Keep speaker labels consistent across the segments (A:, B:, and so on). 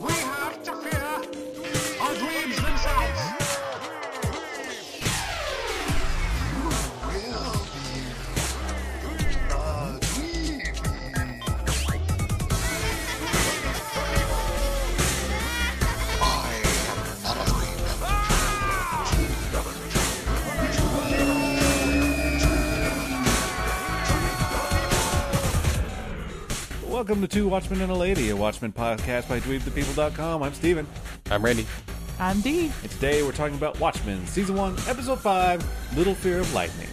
A: We have to fear our dreams themselves.
B: Welcome to Two Watchmen and a Lady, a Watchmen podcast by DweebThePeople.com. I'm Steven.
C: I'm Randy.
D: I'm Dee.
B: And today we're talking about Watchmen, Season 1, Episode 5, Little Fear of Lightning.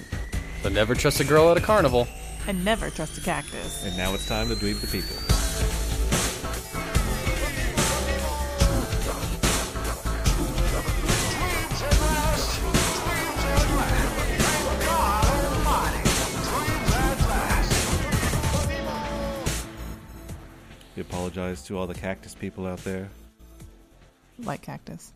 C: But never trust a girl at a carnival.
D: And never trust a cactus.
B: And now it's time to Dweeb the People.
A: Dreams at last. Dreams at last. Thank God Almighty. Dreams at last.
B: We apologize to all the cactus people out there.
D: Like cactus.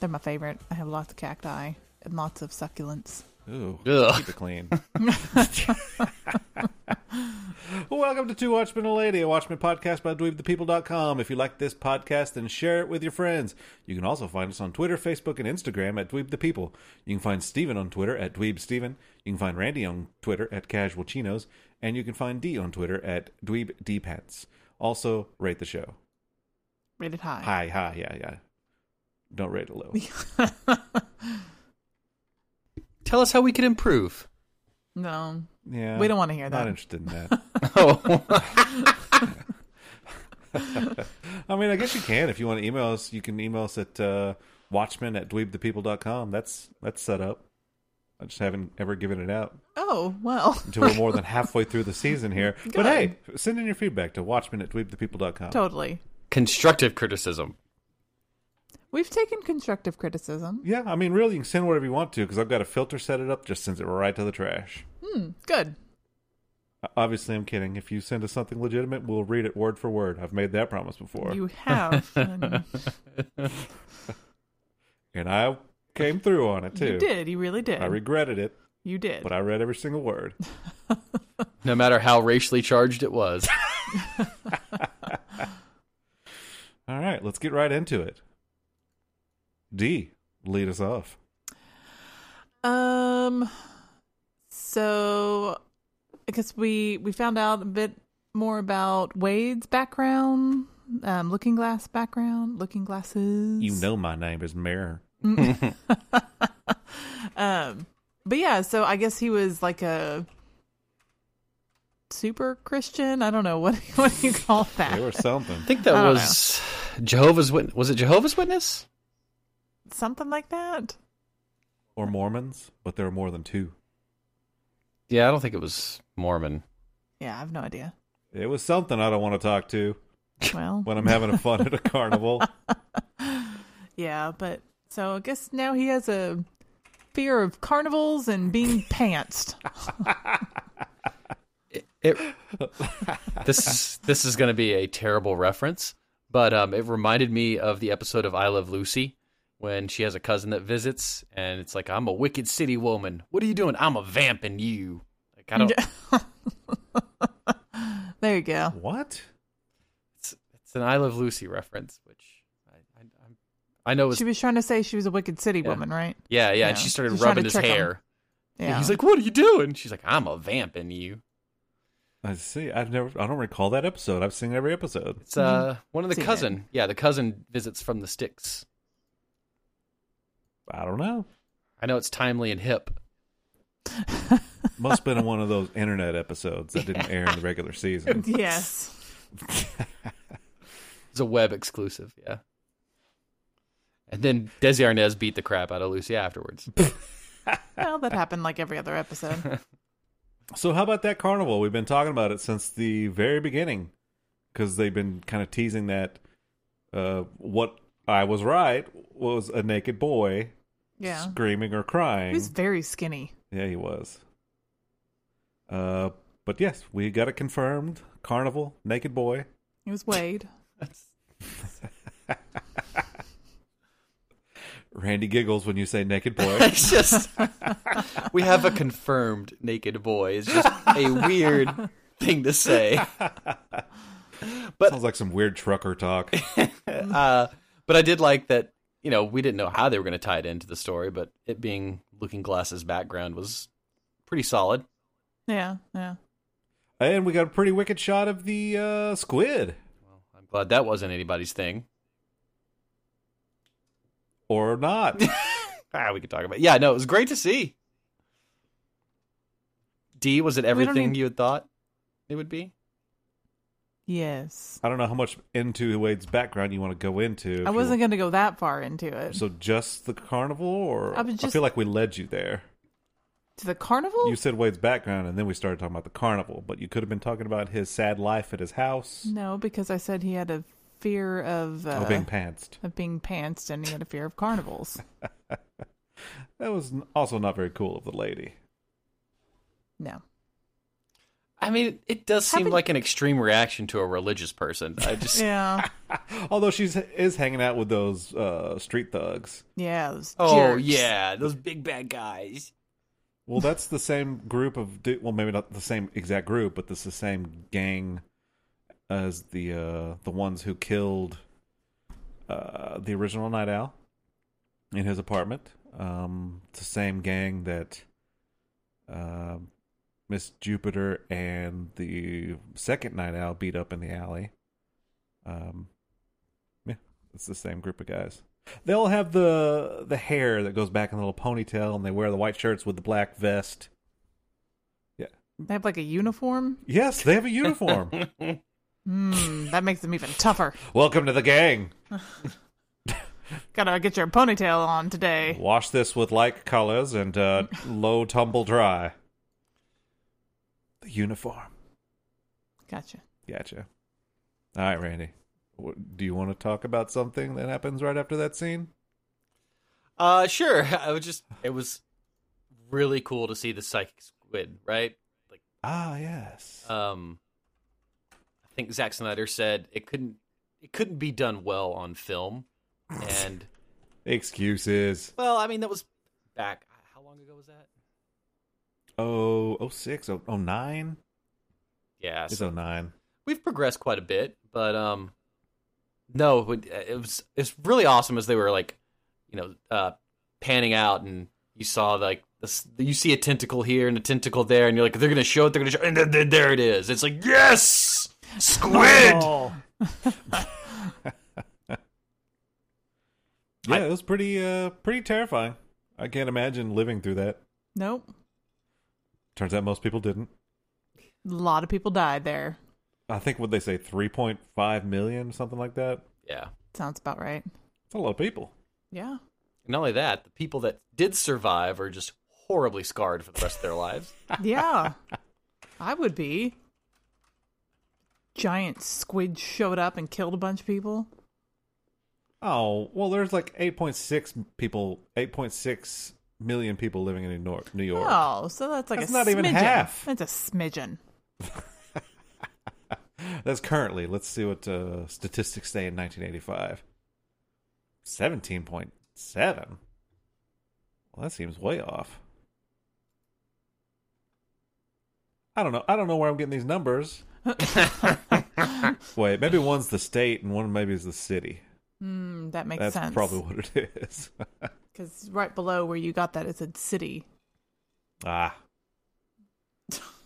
D: They're my favorite. I have lots of cacti and lots of succulents.
B: Ooh,
C: Ugh.
B: keep it clean. Welcome to Two Watchmen and a Lady, a Watchmen podcast by DweebThePeople.com. If you like this podcast, then share it with your friends. You can also find us on Twitter, Facebook, and Instagram at DweebThePeople. You can find Steven on Twitter at DweebSteven. You can find Randy on Twitter at CasualChinos. And you can find Dee on Twitter at DweebDpants. Also, rate the show.
D: Rated high.
B: Hi, hi, yeah, yeah. Don't rate it low.
C: Tell us how we can improve.
D: No.
B: Yeah,
D: We don't wanna hear
B: Not
D: that.
B: interested in that.
C: Oh,
B: I mean, I guess you can if you want to email us. You can email us at uh, watchman at dweebthepeople.com. That's that's set up. I just haven't ever given it out
D: Oh, well.
B: until we're more than halfway through the season here. But hey, send in your feedback to watchman at dweebthepeople.com.
D: Totally.
C: constructive criticism.
D: We've taken constructive criticism.
B: Yeah, I mean, really, you can send whatever you want to because I've got a filter set it up. Just sends it right to the trash.
D: Hmm, Good.
B: Uh, Obviously, I'm kidding. If you send us something legitimate, we'll read it word for word. I've made that promise before,
D: You have. and
B: and I came through on it too.
D: you did. You really did.
B: I regretted it,
D: you did.
B: but I read every single word.
C: No matter how racially charged it was.
B: All right, let's get right into it. D, lead us off.
D: Um. So, I guess we we found out a bit more about Wade's background, um, Looking Glass background, Looking Glasses.
B: You know my name is Mayor.
D: Um. But yeah, so I guess he was like a super Christian. I don't know what what do you call
B: They
D: that.
B: were something.
C: I think that
D: I don't
C: was Jehovah's Witness. Was it Jehovah's Witness?
D: Something like that.
B: Or Mormons, but there are more than two.
C: Yeah, I don't think it was Mormon.
D: Yeah, I have no idea.
B: It was something I don't want to talk to
D: Well,
B: when I'm having a fun at a carnival.
D: yeah, but so I guess now he has a fear of carnivals and being pantsed.
C: It, this is this is going to be a terrible reference, but um, it reminded me of the episode of I Love Lucy when she has a cousin that visits, and it's like, "I'm a wicked city woman. What are you doing? I'm a vamping you." Like, I don't.
D: There you go.
B: what?
C: it's it's an I Love Lucy reference, which I I, I'm, I know is
D: She was trying to say she was a wicked city woman, right?
C: yeah, yeah And
D: yeah.
C: she started
D: She's trying to
C: rubbing his
D: trick him.
C: hair. And
D: Yeah.
C: He's like, "What are you doing?" She's like, "I'm a vamping you."
B: I see. I've never. I don't recall that episode. I've seen every episode.
C: It's uh one of the
D: Mm-hmm. Seen it.
C: cousin. Yeah, the cousin visits from the sticks.
B: I don't know.
C: I know it's timely and hip.
B: Must have been one of those internet episodes that didn't air in the regular season.
D: yes.
C: It's a web exclusive. Yeah. And then Desi Arnaz beat the crap out of Lucy afterwards.
D: Well, that happened like every other episode.
B: So, how about that carnival? We've been talking about it since the very beginning because they've been kind of teasing that uh, what I was right was a naked boy
D: Yeah.
B: screaming or
D: He
B: crying.
D: was very skinny.
B: Yeah, he was. Uh, but yes, we got it confirmed. Carnival, naked boy.
D: He was Wade.
B: Randy giggles when you say naked boy.
C: it's just we have a confirmed naked boy. It's just a weird thing to say. But-
B: Sounds like some weird trucker talk.
C: uh, but I did like that. You know, we didn't know how they were going to tie it into the story, but it being Looking Glass's background was pretty solid.
D: Yeah, yeah.
B: and we got a pretty wicked shot of the uh, squid,
C: Well, I'm glad that wasn't anybody's thing.
B: or not.
C: Ah, we could talk about. Yeah, no, it was great to see. D, was it
D: don't
C: everything
D: need-
C: you had thought it would be?
D: Yes.
B: I don't know how much into Wade's background you want to go into. if
D: I
B: you-
D: wasn't going to go that far into it.
B: So just the carnival, or
D: I
B: I,
D: was just-
B: feel like we led you there.
D: to the carnival?
B: You said Wade's background, and then we started talking about the carnival. But you could have been talking about his sad life at his house,
D: No, because I said he had a fear of uh,
B: of being pantsed.
D: of being pantsed, and he had a fear of carnivals.
B: That was n- also not very cool of the lady.
D: No,
C: I mean, it does seem
D: Haven't-
C: like an extreme reaction to a religious person. I just,
D: yeah,
B: Although she's is hanging out with those uh, street thugs.
D: yeah. those
C: oh
D: jerks.
C: yeah, those big bad guys.
B: Well, that's the same group of du- well, maybe not the same exact group, but this is the same gang as the uh, the ones who killed uh, the original Night Owl in his apartment. Um, it's the same gang that uh, Miss Jupiter and the second Night Owl beat up in the alley. Um, yeah, it's the same group of guys. They all have the the hair that goes back in the little ponytail, and they wear the white shirts with the black vest.
D: They have like a uniform.
B: Yes, they have a uniform.
D: Hmm, that makes them even tougher.
B: Welcome to the gang.
D: Gotta get your ponytail on today.
B: Wash this with light colors and uh, low tumble dry. The uniform.
D: Gotcha.
B: Gotcha. All right, Randy. Wh- Do you want to talk about something that happens right after that scene?
C: Uh, sure. I was just, it was really cool to see the psychic squid, right? Like,
B: Ah, yes.
C: um, I think Zack Snyder said it couldn't, it couldn't be done well on film, and
B: Excuses.
C: well, I mean that was back. How long ago was that?
B: Oh, oh six, oh, oh nine.
C: Yeah,
B: It's
C: so
B: oh nine.
C: we've progressed quite a bit, but um, no, it, would- it was it's really awesome as they were like, you know, uh, panning out and you saw like this, you see a tentacle here and a tentacle there, and you're like, they're gonna show it, they're gonna show, and then, then there it is. It's like yes, squid.
B: Yeah, it was pretty, uh, pretty terrifying. I can't imagine living through that.
D: Nope.
B: Turns out most people didn't.
D: A lot of people died there.
B: I think what they say, three point five million, something like that.
C: Yeah.
D: Sounds about right.
B: It's a lot of people.
D: Yeah.
C: And not only that, the people that did survive are just horribly scarred for the rest of their lives.
D: Yeah. I would be. Giant squid showed up and killed a bunch of people.
B: Oh well, there's like eight point six people, eight point six million people living in New York. New York.
D: Oh, so that's like
B: That's
D: a
B: not
D: smidgen.
B: even half.
D: That's a smidgen.
B: That's currently. Let's see what uh, statistics say in 1985. Seventeen point seven. Well, that seems way off. I don't know. I don't know where I'm getting these numbers. Wait, maybe one's the state and one maybe is the city.
D: Mm, that makes
B: That's
D: sense.
B: probably what it is.
D: because right below where you got that, it said city.
B: ah.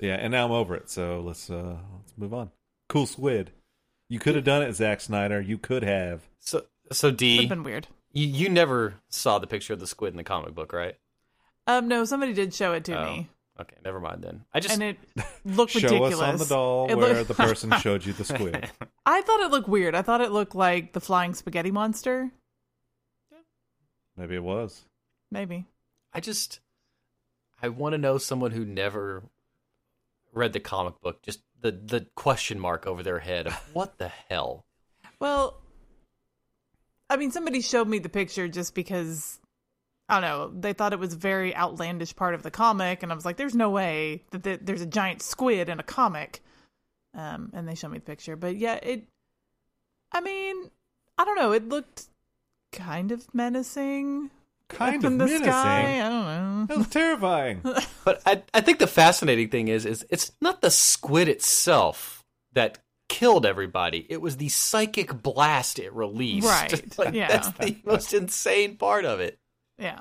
B: Yeah, and now I'm over it. So let's uh let's move on. Cool squid. You could have done it, Zack Snyder. You could have.
C: So, so
D: Would
C: D,
D: have been weird.
C: you, you never saw the picture of the squid in the comic book, right?
D: Um, no, somebody did show it to
C: Oh.
D: me,
C: Okay, never mind then. I just
D: and it looked
B: Show
D: ridiculous.
B: us on the doll
D: It
B: where
D: looked-
B: the person showed you the squid.
D: I thought it looked weird. I thought it looked like the flying spaghetti monster.
B: Maybe it was.
D: Maybe.
C: I just I want to know someone who never read the comic book just the the question mark over their head of what the hell.
D: Well, I mean, somebody showed me the picture just because I don't know. They thought it was a very outlandish part of the comic, and I was like, "There's no way that th- there's a giant squid in a comic." Um, and they showed me the picture, but yeah, it. I mean, I don't know. It looked kind of menacing
B: Kind
D: from
B: of
D: the
B: menacing.
D: sky. I don't know.
B: That was terrifying.
C: But I I think the fascinating thing is is it's not the squid itself that killed everybody. It was the psychic blast it released.
D: Right,
C: Like,
D: yeah.
C: That's the most insane part of it.
D: Yeah.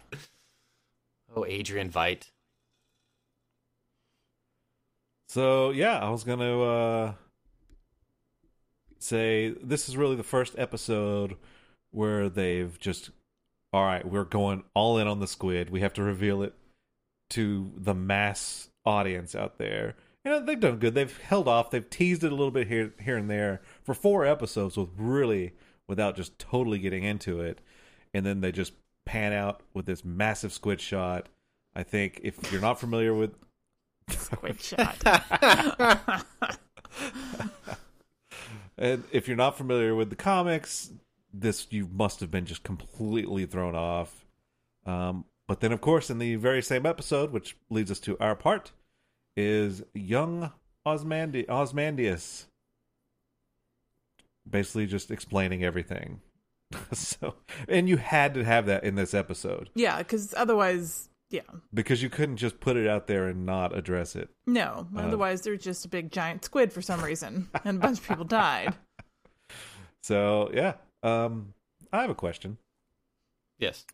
C: Oh, Adrian Vite.
B: So yeah, I was gonna uh, say this is really the first episode where they've just, all right, we're going all in on the squid. We have to reveal it to the mass audience out there. You know they've done good. They've held off. They've teased it a little bit here, here and there for four episodes with really without just totally getting into it, and then they just pan out with this massive squid shot. I think if you're not familiar with
D: Quick shot.
B: And if you're not familiar with the comics, this you must have been just completely thrown off. Um, but then, of course, in the very same episode, which leads us to our part, is young Osmandi- Osmandius basically just explaining everything. so, and you had to have that in this episode
D: yeah, because otherwise, yeah.
B: because you couldn't just put it out there and not address it.
D: No,
B: Uh.
D: otherwise they're just a big giant squid for some reason, and a bunch of people died.
B: So, yeah. Um, I have a question.
C: Yes.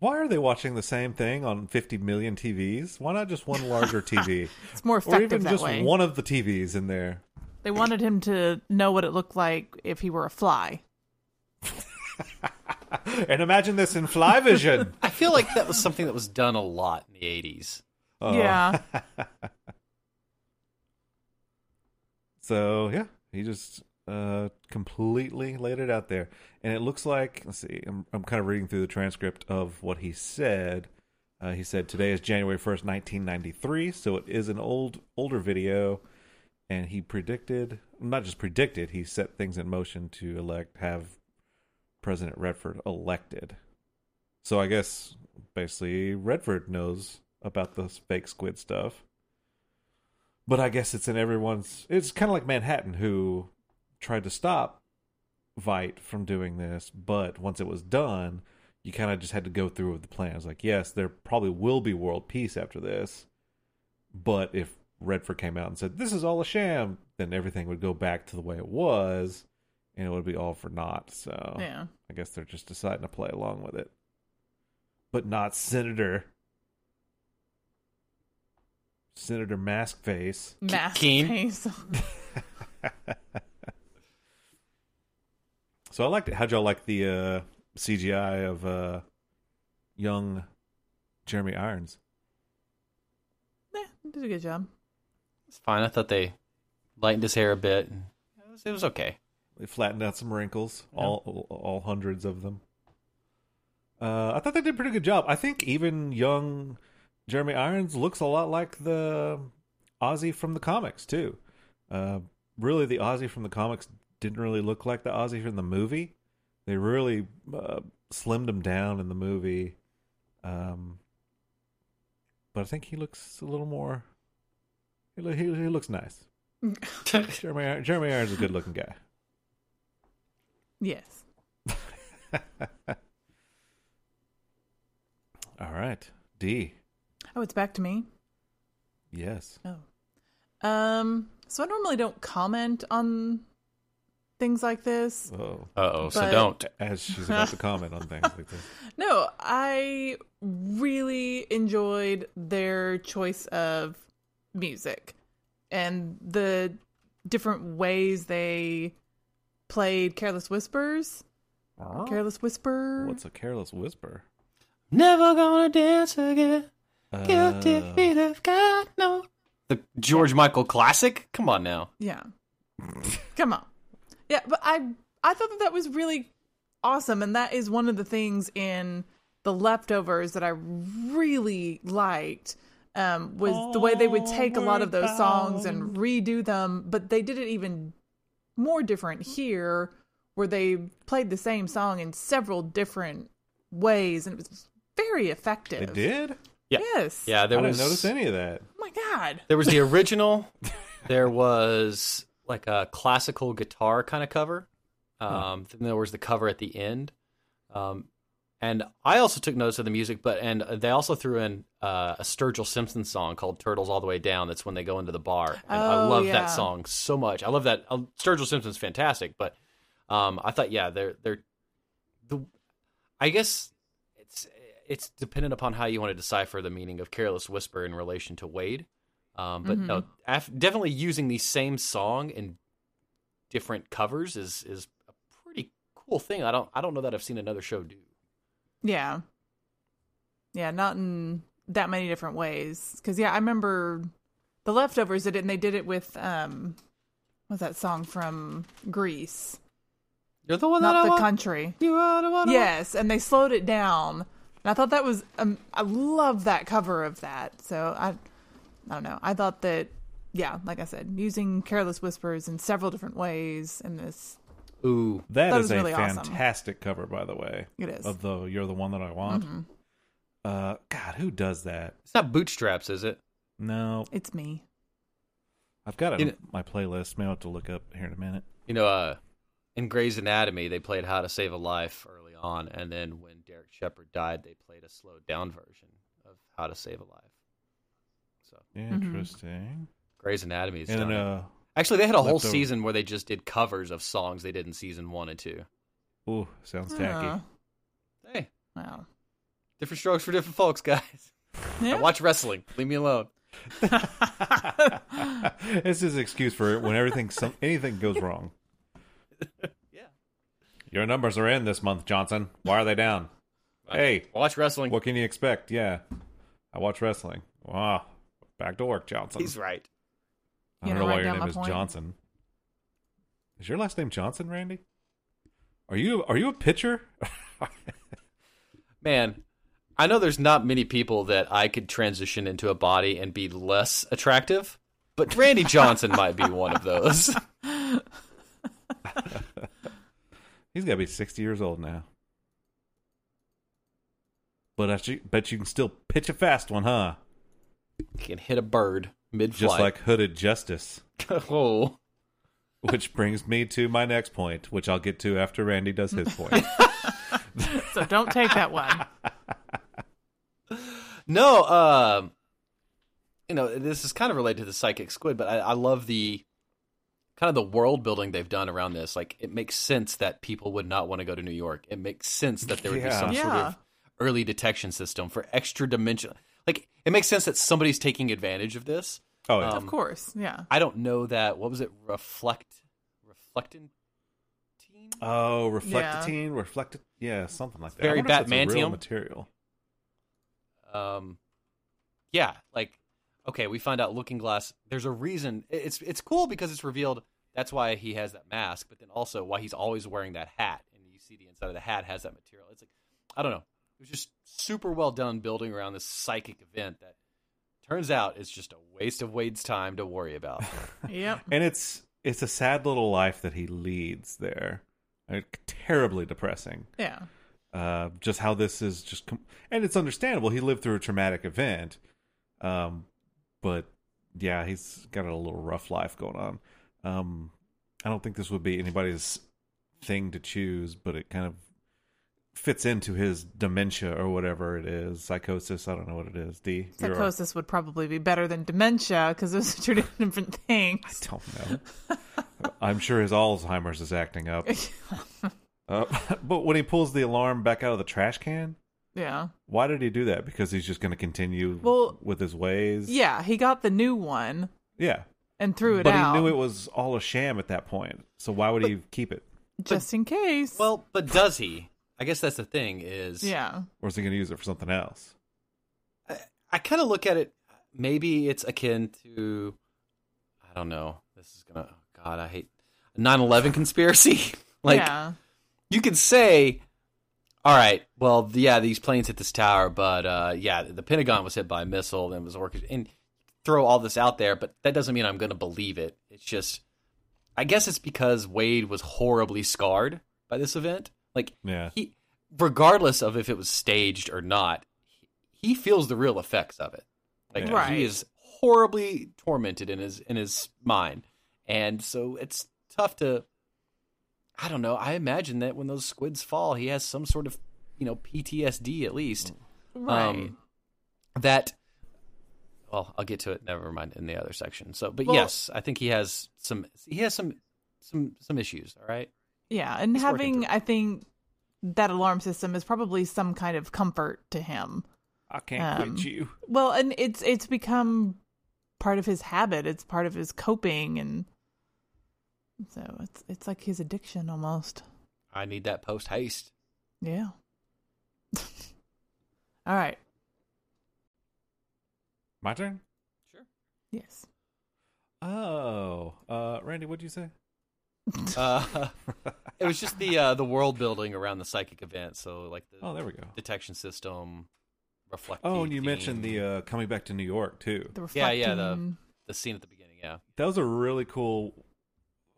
B: Why are they watching the same thing on 50 million TVs? Why not just one larger TV?
D: It's more
B: or
D: effective
B: even
D: that
B: just
D: way.
B: one of the TVs in there?
D: They wanted him to know what it looked like if he were a fly.
B: And imagine this in fly vision.
C: I feel like that was something that was done a lot in the 80s.
B: Oh.
D: Yeah.
B: So, yeah, he just uh, completely laid it out there. And it looks like, let's see, I'm, I'm kind of reading through the transcript of what he said. Uh, he said, today is January 1st, 1993. So it is an old, older video. and he predicted not just predicted he set things in motion to elect have president redford elected so i guess basically redford knows about the fake squid stuff but i guess it's in everyone's it's kind of like manhattan who tried to stop vite from doing this but once it was done you kind of just had to go through with the plans like yes there probably will be world peace after this but if Redford came out and said, This is all a sham, then everything would go back to the way it was and it would be all for naught. So
D: Yeah.
B: I guess they're just deciding to play along with it. But not Senator. Senator Maskface.
D: Mask
C: Keen.
D: face.
B: So I liked it. How'd y'all like the uh, CGI of uh, young Jeremy Irons?
D: yeah, did a good job.
C: It's fine. I thought they lightened his hair a bit. It was, it was okay.
B: They flattened out some wrinkles, all all hundreds of them. Uh, I thought they did a pretty good job. I think even young Jeremy Irons looks a lot like the Ozzy from the comics too. Uh, really, the Ozzy from the comics didn't really look like the Ozzy from the movie. They really uh, slimmed him down in the movie, um, but I think he looks a little more. He, loo- he, he looks nice. Jeremy Ir- Jeremy Irons is a good looking guy.
D: Yes.
B: All right. D.
D: Oh, it's back to me.
B: Yes.
D: Oh. Um. So I normally don't comment on things like this.
B: Oh.
C: Uh oh, so
D: But-
C: don't.
B: As she's about to comment on things like this.
D: No, I really enjoyed their choice of music and the different ways they played Careless Whispers. Careless Whisper.
B: What's a careless whisper?
C: Never gonna dance again. Guilty
B: Uh,
C: feet have got no. The George Michael classic? Come on now.
D: Yeah. Come on. Yeah, but I I thought that that was really awesome and that is one of the things in The Leftovers that I really liked um was the way they would take a lot of those songs and redo them, but they did it even more different here where they played the same song in several different ways and it was very
B: they
D: effective.
B: did?
D: Yes.
C: Yeah, there
B: I
C: was.
B: didn't notice any of that.
D: Oh my god.
C: There was the original. there was like a classical
D: Hmm.
C: guitar kind of cover. Um, Then there was the cover at the end. Um, And I also took notice of the music, but and they also threw in uh, a Sturgill Simpson song called "Turtles All the Way Down." That's when they go into the bar, and I
D: Oh,
C: love
D: yeah.
C: that song so much. I love that uh, Sturgill Simpson's fantastic, but um, I thought, yeah, they're they're the. I guess it's it's dependent upon how you want to decipher the meaning of "Careless Whisper" in relation to Wade. Um, but
D: Mm-hmm.
C: no, af- definitely using the same song in different covers is is a pretty cool thing. I don't I don't know that I've seen another show do.
D: Yeah. Yeah, not in that many different ways. Cause yeah, I remember the leftovers did it and they did it with um what was that song from Greece?
C: You're the one that
D: Not
C: I
D: the
C: want.
D: country.
C: you are the one I want.
D: Yes, and they slowed it down. And I thought that was um, I love that cover of that. So I I don't know. I thought that yeah, like I said, using careless whispers in several different ways in this
C: Ooh,
B: That
D: That
B: is
D: was
B: a
D: really awesome.
B: fantastic cover, by the way.
D: It is.
B: Of the You're the One That I Want.
C: Mm-hmm.
B: Uh, God, who does that?
C: it's not bootstraps, is it?
B: No.
D: it's me.
B: I've got it
C: You
B: in my playlist. Maybe I'll have to look up here in a minute.
C: You know, uh, in Grey's Anatomy, they played "How to Save a Life" early on, and then when Derek Shepard died, they played a slowed down version of "How to Save a Life." So
B: Interesting.
C: Grey's Anatomy is
B: And
C: Mm-hmm. done
B: then,
C: it.
B: uh,
C: actually they had a whole
B: Leftover.
C: season where they just did covers of songs they did in season one and two.
B: ooh, sounds tacky.
C: Ah.
D: Uh,
C: Hey,
D: wow.
C: different strokes for different folks, guys. I
D: Yeah.
C: watch wrestling. Leave me alone.
B: it's his excuse for when everything some, anything goes wrong.
C: Yeah.
B: Your numbers are in this month, Johnson. Why are they down? Hey,
C: I watch wrestling.
B: what can you expect? Yeah, I watch wrestling. Wow, back to work, Johnson.
C: He's right.
B: I
D: You
B: don't
D: know,
B: know why
D: write
B: your
D: down
B: name
D: my
B: is
D: point.
B: Johnson. Is your last name Johnson, Randy? Are you are you a pitcher?
C: Man, I know there's not many people that I could transition into a body and be less attractive, but Randy Johnson might be one of those.
B: He's got to be sixty years old now. But I should- bet you can still pitch a fast one, huh?
C: Can hit a bird mid
B: Just
C: flight.
B: like Hooded Justice.
C: oh.
B: Which brings me to my next point, which I'll get to after Randy does his point.
D: So don't take that one.
C: No, um you know, this is kind of related to the psychic squid, but I, I love the kind of the world building they've done around this. Like it makes sense that people would not want to go to New York. It makes sense that there would be
B: Yeah.
C: some sort
D: Yeah.
C: of early detection system for extra dimension. Like it makes sense that somebody's taking advantage of this.
B: Oh, yeah.
C: Um,
D: Of course. Yeah.
C: I don't know that. What was it? Reflect, reflectant.
B: oh, reflectatine, reflected, yeah, something like that. I
C: Very
B: wonder if that's a real
C: Batmantium.
B: material.
C: Um, yeah, like okay, we find out Looking Glass. There's a reason. it- It's it's cool because it's revealed. That's why he has that mask, but then also why he's always wearing that hat, and you see the inside of the hat has that material. It's like I don't know. It was just super well done building around this psychic event that turns out is just a waste of Wade's time to worry about.
D: Yep.
B: And it's it's a sad little life that he leads there. I mean, terribly depressing.
D: Yeah.
B: Uh, just how this is just, com- and it's understandable. He lived through a traumatic event, um, but yeah, he's got a little rough life going on. Um, I don't think this would be anybody's thing to choose, but it kind of fits into his dementia or whatever it is, psychosis. I don't know what it is. D. you're a-
D: Psychosis would probably be better than dementia because those are two different things.
B: don't know. I'm sure his Alzheimer's is acting up. Uh, but when he pulls the alarm back out of the trash can,
D: Yeah.
B: why did he do that? Because he's just going to continue
D: Well-
B: with his ways.
D: Yeah. He got the new one
B: yeah.
D: and threw it
B: But
D: out
B: he knew it was all a sham at that point. So why would he keep it?
D: just in case.
C: well, but does he? I guess that's the thing is
D: yeah.
B: Or is he going to use it for something else?
C: I kind of look at it. Maybe it's akin to, I don't know. This is gonna. oh, God, I hate 9/11 conspiracy. like
D: yeah.
C: you could say, all right, well, yeah, these planes hit this tower, but uh, yeah, the Pentagon was hit by a missile and was orchestrated. And throw all this out there, but that doesn't mean I'm gonna believe it. It's just, I guess it's because Wade was horribly scarred by this event. Like
B: Yeah.
C: he, regardless of if it was staged or not, he, he feels the real effects of it. Like
B: Yeah.
D: Right.
C: he is horribly tormented in his in his mind, and so it's tough to. I don't know. I imagine that when those squids fall, he has some sort of you know PTSD at least. Um,
D: Right.
B: um,
C: that well, I'll get to it. Never mind in the other section. So, but
B: Well-
C: yes, I think he has some. He has some some some issues. All right.
D: yeah, and
C: he's working
D: having I think that alarm system is probably some kind of comfort to him.
B: I can't
D: Um,
B: quit you.
D: Well, and it's it's become part of his habit. It's part of his coping, and so it's it's like his addiction almost.
C: I need that post haste.
D: Yeah. All right.
B: My turn.
D: Yes.
B: Oh, uh, Randy, what would you say?
C: Uh, it was just the uh, the world building around the psychic event. So like the
B: Oh, there we go.
C: detection system, reflect.
B: Oh, and you mentioned the uh, coming back to New York too.
D: The
C: Yeah,
D: reflecting.
C: yeah, the- the scene at the beginning. Yeah.
B: That was a really cool,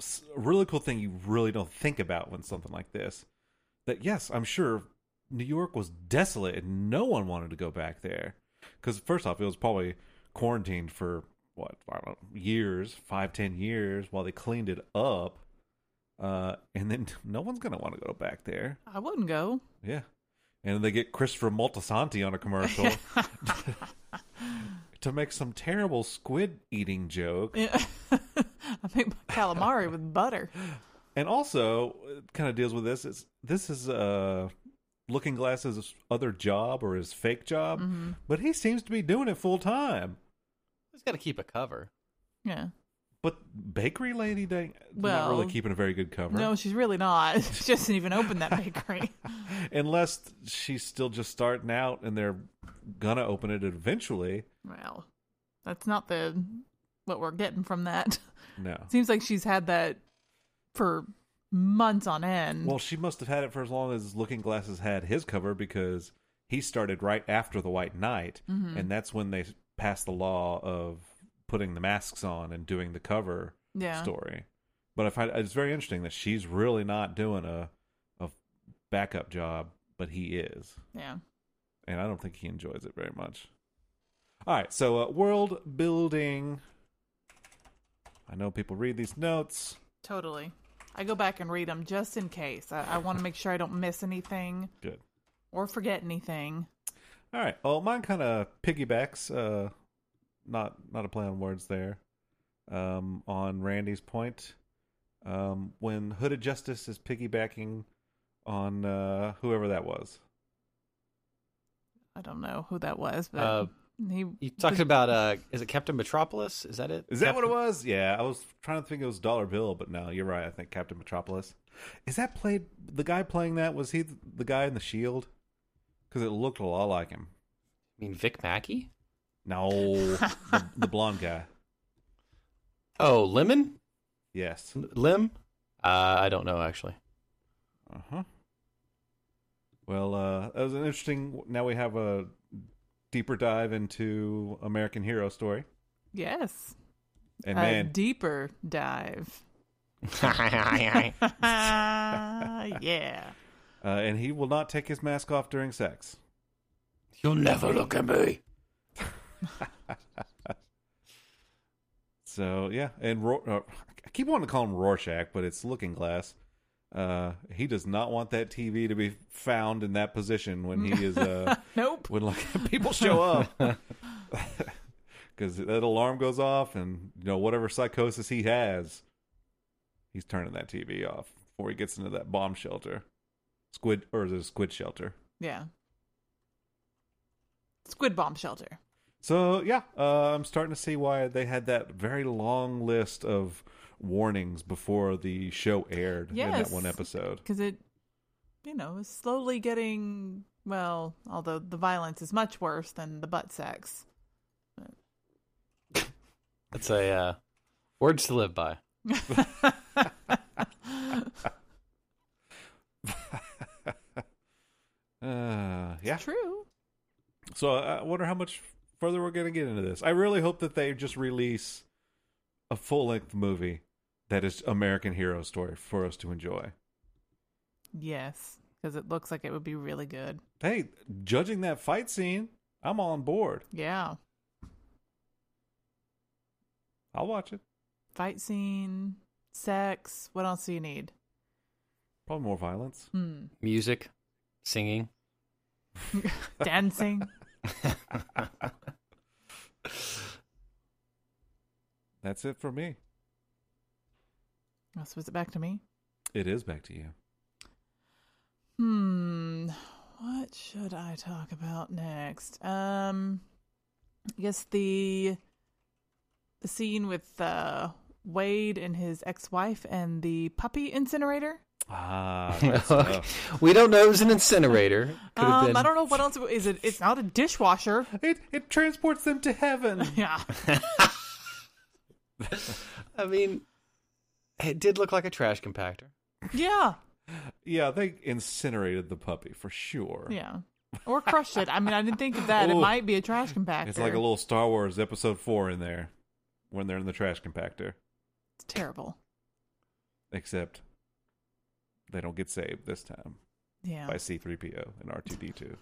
B: s- a really cool thing you really don't think about when something like this. That yes, I'm sure New York was desolate and no one wanted to go back there because first off, it was probably quarantined for what I don't know, years, five, ten years while they cleaned it up, uh, and then no one's gonna want to go back there.
D: I wouldn't go.
B: Yeah. And they get Christopher Moltisanti on a commercial to make some terrible squid eating joke.
D: Yeah. I make my calamari with butter.
B: And also, it kind of deals with this. It's, this is uh, Looking Glass's other job or his fake job,
D: Mm-hmm.
B: but he seems to be doing it full time.
C: He's got to keep a cover.
D: Yeah.
B: But Bakery Lady, dang, not
D: Well,
B: really keeping a very good cover.
D: No, she's really not. She doesn't even open that bakery.
B: Unless she's still just starting out and they're going to open it eventually.
D: well, that's not the what we're getting from that.
B: No.
D: Seems like she's had that for months on end.
B: Well, she must have had it for as long as Looking Glass has had his cover because he started right after the White Knight,
D: Mm-hmm.
B: and that's when they passed the law of putting the masks on and doing the cover
D: yeah.
B: story. But I find it's very interesting that she's really not doing a a backup job, but he is,
D: Yeah.
B: and I don't think he enjoys it very much. All right, so uh, world building. I know people read these notes.
D: Totally. I go back and read them just in case. I, I want to make sure I don't miss anything
B: Good.
D: or forget anything.
B: All right. Well, mine kind of piggybacks. Uh, not not a play on words there. Um, on Randy's point, um, when Hooded Justice is piggybacking on uh, whoever that was.
D: I don't know who that was, but
C: Uh,
D: he
C: You talking about uh, is it Captain Metropolis? Is that it?
B: Is that what it
C: Captain-
B: was? Yeah, I was trying to think it was Dollar Bill, but no, you're right. I think Captain Metropolis. Is that played? The guy playing that was he th- the guy in the Shield? Because it looked a lot like him.
C: I mean, Vic Mackey.
B: No, the, the blonde guy.
C: Oh, Lemon.
B: Yes.
C: Lim. Uh, I don't know actually.
B: Uh huh. Well, uh, that was an interesting. Now we have a deeper dive into American Hero story,
D: yes,
B: and
D: a
B: man,
D: deeper dive. Ah, yeah.
B: uh, and he will not take his mask off during sex.
C: You'll never look at me.
B: So yeah, and Ro- uh, I keep wanting to call him Rorschach, but it's Looking Glass. Uh, he does not want that TV to be found in that position when he is uh,
D: Nope.
B: when like people show up because that alarm goes off and you know whatever psychosis he has he's turning that tv off before he gets into that bomb shelter squid or is it a squid shelter
D: Yeah. Squid bomb shelter.
B: so yeah uh, i'm starting to see why they had that very long list of warnings before the show aired in that
D: Yes.
B: one episode
D: because it, you know, is slowly getting well. Although the violence is much worse than the butt sex.
C: That's a uh, words to live by.
B: uh, yeah
D: True.
B: So I I wonder how much further we're going to get into this. I really hope that they just release a full length movie that is American Hero Story for us to enjoy.
D: Yes, because it looks like it would be really good.
B: Hey, judging that fight scene, I'm on board.
D: Yeah.
B: I'll watch it.
D: Fight scene, sex. What else do you need?
B: Probably more violence.
D: Hmm.
C: Music, singing.
D: dancing.
B: That's it for me.
D: Oh, So is it back to me?
B: It is back to you.
D: Hmm. What should I talk about next? Um, I guess the the scene with uh, Wade and his ex-wife and the puppy incinerator.
B: Ah, good stuff.
C: we don't know it was an incinerator. Could have
D: Um,
C: been.
D: I don't know what else it- is it. It's not a dishwasher.
B: it it transports them to heaven.
D: Yeah.
C: I mean, it did look like a trash compactor.
D: Yeah.
B: yeah, they incinerated the puppy for sure.
D: Yeah. Or crushed it. I mean, I didn't think of that. It
B: Ooh.
D: might be a trash compactor.
B: It's like a little Star Wars Episode Four in there when they're in the trash compactor.
D: It's terrible.
B: Except they don't get saved this time
D: Yeah.
B: by C-3PO and R2D2.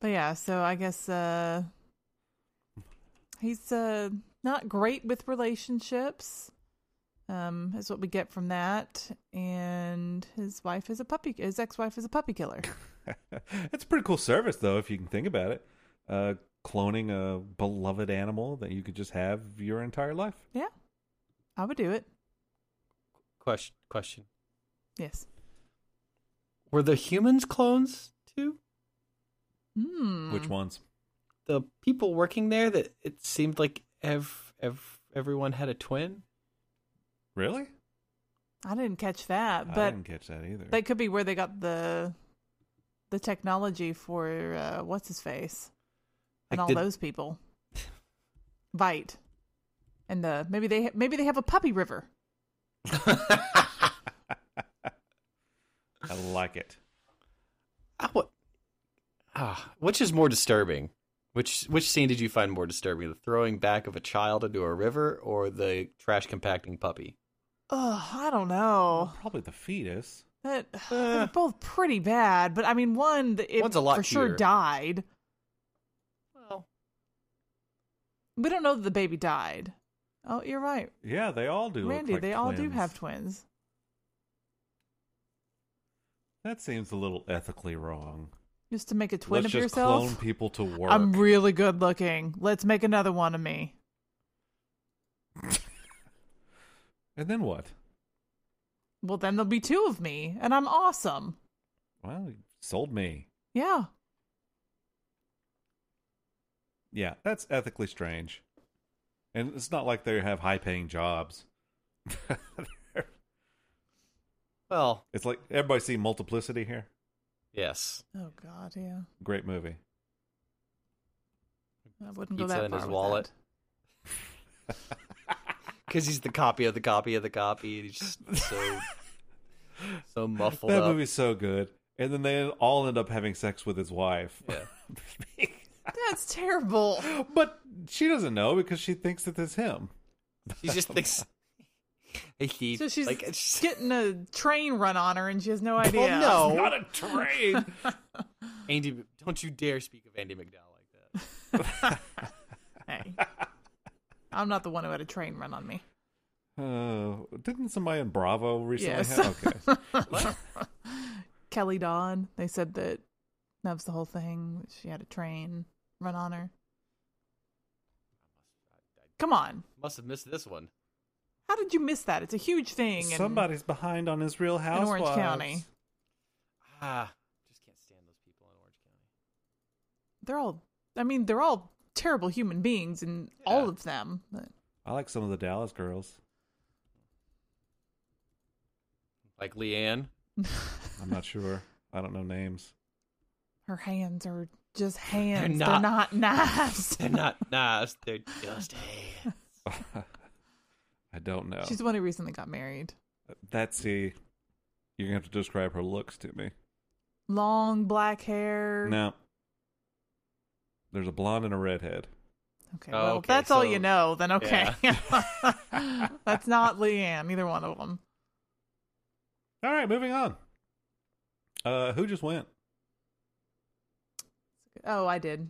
D: But yeah, so I guess uh he's uh not great with relationships. Um, is what we get from that. And his wife is a puppy his ex wife is a puppy killer.
B: it's a pretty cool service though, if you can think about it. Uh, cloning a beloved animal that you could just have your entire life.
D: yeah. I would do it.
C: Question: Question.
D: Yes.
C: Were the humans clones too?
D: Hmm.
B: Which ones?
C: The people working there that it seemed like ev- ev- everyone had a twin.
B: Really?
D: I didn't catch that,
B: I
D: but
B: didn't catch that either.
D: that could be where they got the the technology for uh what's his face? And
C: Like,
D: all
C: did-
D: those people. Vite. And the maybe they ha- maybe they have a puppy river.
B: I like it.
C: I wa- ah, which is more disturbing? Which which scene did you find more disturbing? The throwing back of a child into a river, or the trash compacting puppy?
D: Ugh, I don't know.
B: Probably the fetus.
D: That, they're both pretty bad, but I mean, one th- it
C: One's a lot
D: for sure
C: cuter.
D: died.
C: Well,
D: We don't know that the baby died. Oh, you're right,
B: Yeah, they all do. look
D: Randy.
B: like
D: they all do
B: twins.
D: have twins.
B: That seems a little ethically wrong.
D: Just to make a twin
B: Let's
D: of
B: just
D: yourself.
B: clone people to work.
D: I'm really good looking. Let's make another one of me.
B: and then what?
D: Well, then there'll be two of me, and I'm awesome.
B: Well, you sold me.
D: Yeah,
B: Yeah, that's ethically strange. And it's not like they have high paying jobs.
C: well,
B: it's like everybody see multiplicity here.
C: yes.
D: Oh God, yeah.
B: Great movie.
D: I wouldn't go
C: Pizza
D: that
C: in
D: far
C: his
D: with
C: wallet.
D: that.
C: Because he's the copy of the copy of the copy. and He's just so so muffled
B: that
C: up.
B: movie's so good. And then they all end up having sex with his wife.
C: Yeah.
D: That's terrible.
B: but she doesn't know because she thinks that it's him.
C: She just thinks. Hey, Keith,
D: So she's
C: like, it's-
D: getting a train run on her, and she has Oh, no idea.
C: well, no,
B: Not a train.
C: Andy, don't you dare speak of Andy McDowell like that.
D: Hey. I'm not the one who had a train run on me.
B: Uh, didn't somebody in Bravo recently?
D: Yes.
B: Have? Okay.
D: Kelly Dawn, they said that that was the whole thing. She had a train run on her. Come on.
C: Must have missed this one.
D: How did you miss that? It's a huge thing. and-
B: Somebody's behind on his Real Housewives.
D: Orange County.
C: Ah, just can't stand those people in Orange County.
D: they're all, I mean, they're all terrible human beings and all
C: Yeah.
D: of them. But
B: I like some of the Dallas girls.
C: Like Leanne.
B: I'm not sure. I don't know names.
D: her hands are just hands. They're
C: not-
D: not, knives.
C: They're not nice. They're just hands.
B: I don't know.
D: She's the one who recently got married.
B: That's the. You're gonna have to describe her looks to me.
D: Long black hair.
B: No. There's a blonde and a redhead.
D: Okay,
C: Oh,
D: well, if
C: okay,
D: that's all you
C: so-
D: know, then okay. that's not Leanne, either one of them.
B: All right, moving on. Uh, who just went?
D: Oh, I did.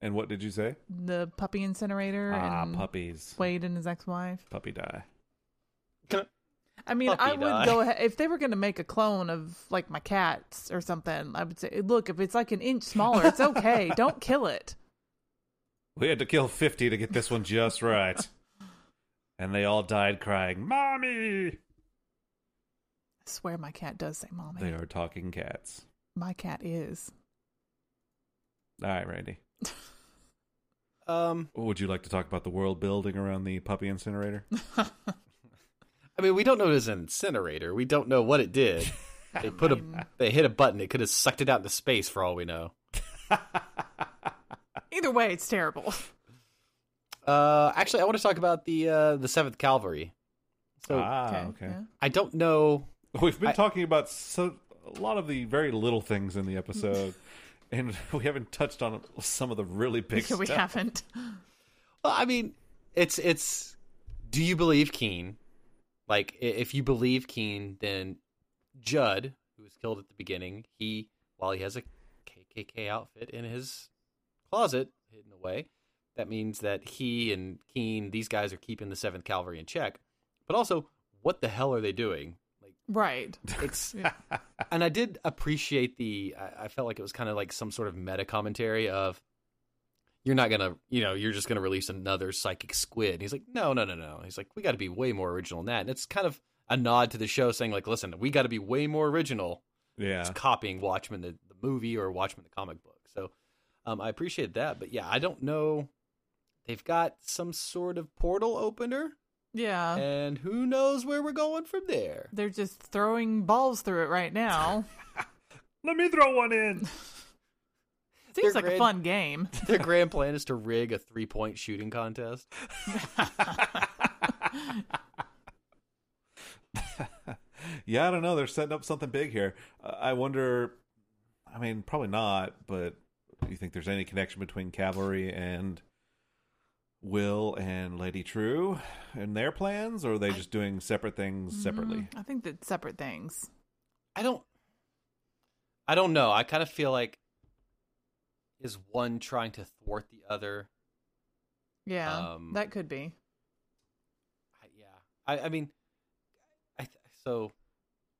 B: And what did you say?
D: The puppy incinerator
B: Ah,
D: and
B: puppies.
D: Wade and his ex-wife.
B: Puppy die.
D: I mean, I
C: Puppy
D: would
C: dog.
D: go ahead if they were going to make a clone of like my cats or something. I would say, look, if it's like an inch smaller, it's okay. Don't kill it.
B: We had to kill 50 to get this one just right. And they all died crying, Mommy!
D: I swear, my cat does say "mommy."
B: They are talking cats.
D: My cat is.
B: All right, Randy.
C: Um,
B: Would you like to talk about the world building around the puppy incinerator?
C: I mean, we don't know it was an incinerator. We don't know what it did. They put a, they hit a button. It could have sucked it out into space for all we know.
D: Either way, it's terrible.
C: Uh, actually, I want to talk about the uh, the Seventh Cavalry. So
B: ah, okay.
D: yeah.
C: I don't know.
B: We've been talking about so, a lot of the very little things in the episode, and we haven't touched on some of the really big
D: Yeah, we
B: stuff.
D: haven't.
C: Well, I mean, it's it's. Do you believe Keen? Like, i- if you believe Keen, then Judd, who was killed at the beginning, he while he has a KKK outfit in his closet hidden away, that means that he and Keen, these guys, are keeping the Seventh Cavalry in check. But also, what the hell are they doing? Like,
D: Right.
C: it's and i did appreciate the i, I felt like it was kind of like some sort of meta commentary of you're not gonna you know you're just gonna release another psychic squid and he's like no no no no he's like we gotta be way more original than that and it's kind of a nod to the show saying like listen we gotta be way more original
B: Yeah.
C: it's copying Watchmen the, the movie or Watchmen the comic book. So um, I appreciate that, but yeah, I don't know. They've got some sort of portal opener,
D: Yeah.
B: Eh.
C: and who knows where we're going from there.
D: They're just throwing balls through it right now.
B: Let me throw one in.
C: They're
D: Seems like a
C: great.
D: fun game.
C: Their grand plan is to rig a three point shooting contest.
B: yeah, I don't know. They're setting up something big here. Uh, I wonder. I mean, probably not. But do you think there's any connection between Cavalry and Will and Lady True and their plans, or are they just doing separate things separately?
D: Mm-hmm. I think that's separate things.
C: I don't. I don't know. I kind of feel like is one trying to thwart the other.
D: Yeah.
C: Um,
D: that could be.
C: I, yeah, I, I mean, I th- so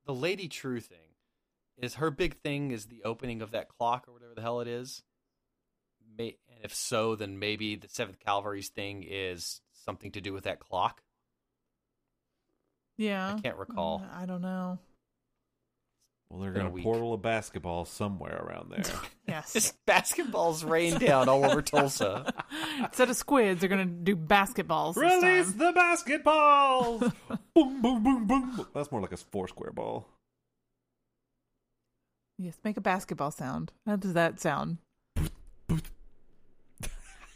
C: the Lady True thing is her big thing is the opening of that clock or whatever the hell it is. May, and if so, then maybe the Seventh Cavalry's thing is something to do with that clock.
D: Yeah.
C: I can't recall.
D: Uh, I don't know.
B: Well, they're
C: Been a
B: going to
C: week.
B: portal a basketball somewhere around there.
D: Yes.
C: Just basketballs rain down all over Tulsa.
D: Instead of squids, they're gonna do basketballs. this
B: Release
D: time.
B: the basketballs! boom, boom, boom, boom. That's more like a four square ball.
D: Yes, make a basketball sound. How does that sound?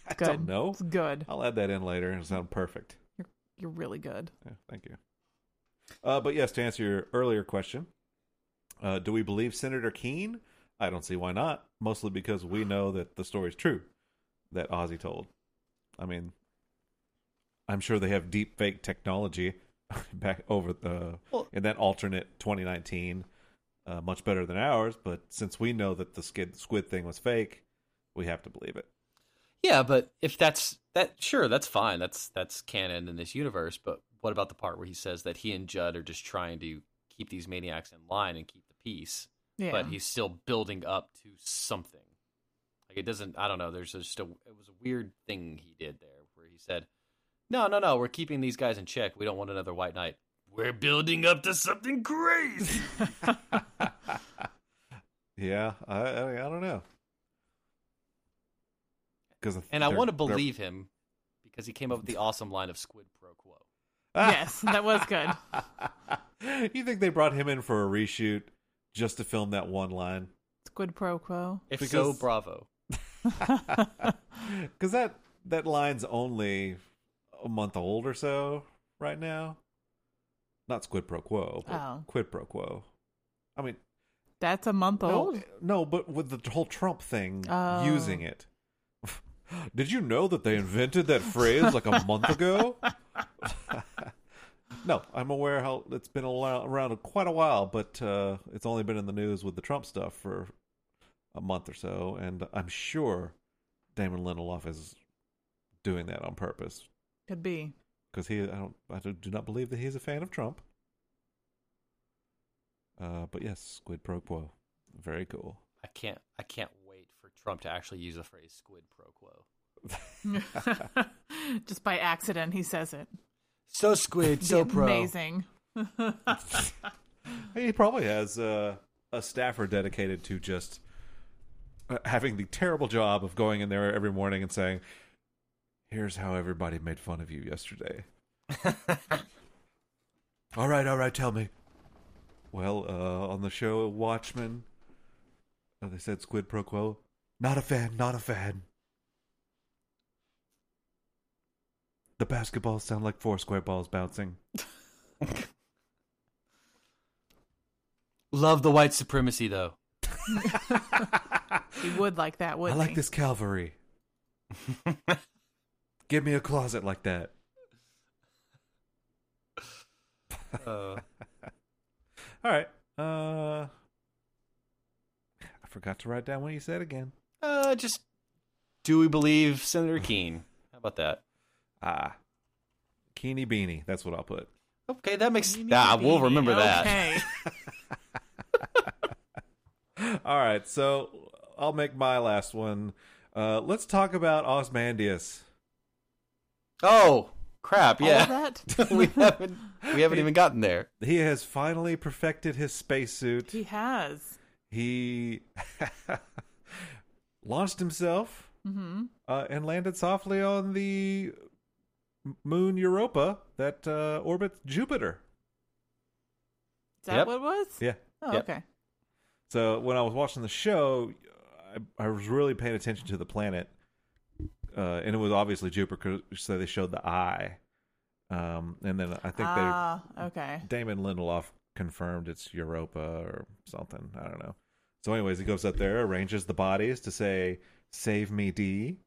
B: I
D: Good.
B: don't know.
D: It's good.
B: I'll add that in later. It sound perfect.
D: You're, you're really good.
B: Yeah, thank you. Uh, but yes, to answer your earlier question, uh, do we believe Senator Keene? I don't see why not. Mostly because we know that the story's true that Ozzy told. I mean, I'm sure they have deep fake technology back over the
C: Well-
B: in that alternate 2019, uh, much better than ours. But since we know that the skid, squid thing was fake, we have to believe it.
C: Yeah, but if that's that, sure, that's fine. That's that's canon in this universe. But what about the part where he says that he and Judd are just trying to keep these maniacs in line and keep the peace?
D: Yeah.
C: but he's still building up to something. Like it doesn't. I don't know. There's just a. It was a weird thing he did there, where he said, "No, no, no. We're keeping these guys in check. We don't want another White Knight. We're building up to something crazy."
B: Yeah, I I, I don't know. Because
C: and I want to believe him because he came up with the awesome line of "Squid pro quo."
D: yes, that was good.
B: you think they brought him in for a reshoot just to film that one line?
D: Squid pro quo.
C: If so,
B: Because-
C: bravo.
B: Because that that line's only a month old or so right now. Not squid pro quo, but
D: Oh.
B: quid pro quo. I mean,
D: That's a month old.
B: no, no, but with the whole Trump thing
D: Oh.
B: using it. Did you know that they invented that phrase like a month ago? no, I'm aware how it's been al- around quite a while, but uh, it's only been in the news with the Trump stuff for a month or so, and I'm sure Damon Lindelof is doing that on purpose
D: Could be.
B: because he I don't I do not believe that he's a fan of Trump. Uh, but yes, squid pro quo. Very cool.
C: I can't. I can't wait for Trump to actually use the phrase "squid pro quo."
D: Just by accident, he says it.
E: So squid, so pro.
D: Amazing.
B: He probably has uh, a staffer dedicated to just uh, having the terrible job of going in there every morning and saying, "Here's how everybody made fun of you yesterday." all right, all right, tell me. Well, uh, on the show Watchmen, uh, they said squid pro quo. Not a fan. Not a fan. The basketballs sound like four square balls bouncing.
C: Love the white supremacy though.
D: He would like that,
B: I
D: wouldn't
B: like
D: he?
B: this Calvary. Give me a closet like that.
C: Uh,
B: All right. Uh, I forgot to write down what you said again.
C: uh, just do we believe Senator Keene? How about that?
B: Ah, Keeny Beanie. That's what I'll put.
C: Okay, that makes. Ah, we'll remember that.
D: Okay.
B: All right. So I'll make my last one. Uh, let's talk about Osmandius.
C: Oh crap!
D: All of
C: Yeah,
D: that?
C: we haven't. We haven't even gotten there.
B: He has finally perfected his spacesuit.
D: He has.
B: he launched himself
D: Mm-hmm.
B: uh, and landed softly on the m- moon Europa that uh, orbits Jupiter.
D: Is that
C: Yep.
D: what it was?
B: Yeah.
D: Oh,
C: Yep.
D: okay.
B: So when I was watching the show, I, I was really paying attention to the planet, uh, and it was obviously Jupiter. 'cause- So they showed the eye, um, and then I think they
D: Ah, okay.
B: Damon Lindelof confirmed it's Europa or something. I don't know. So, anyways, he goes up there, arranges the bodies to say, Save me, D.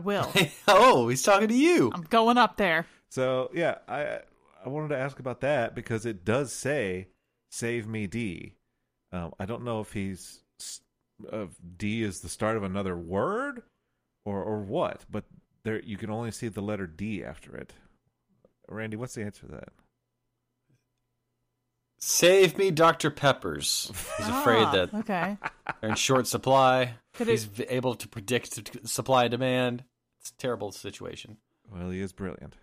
D: will.
C: oh, he's talking to you.
D: I'm going up there.
B: So, yeah, I I wanted to ask about that because it does say, Save me, D. Um, I don't know if he's of D is the start of another word or or what, but there you can only see the letter D after it. Randy, what's the answer to that?
C: Save me, Dr. Peppers. He's afraid
D: Ah,
C: that
D: Okay.
C: they're in short supply.
D: Could
C: He's
D: it-
C: v- able to predict t- supply and demand. It's a terrible situation.
B: Well, he is brilliant.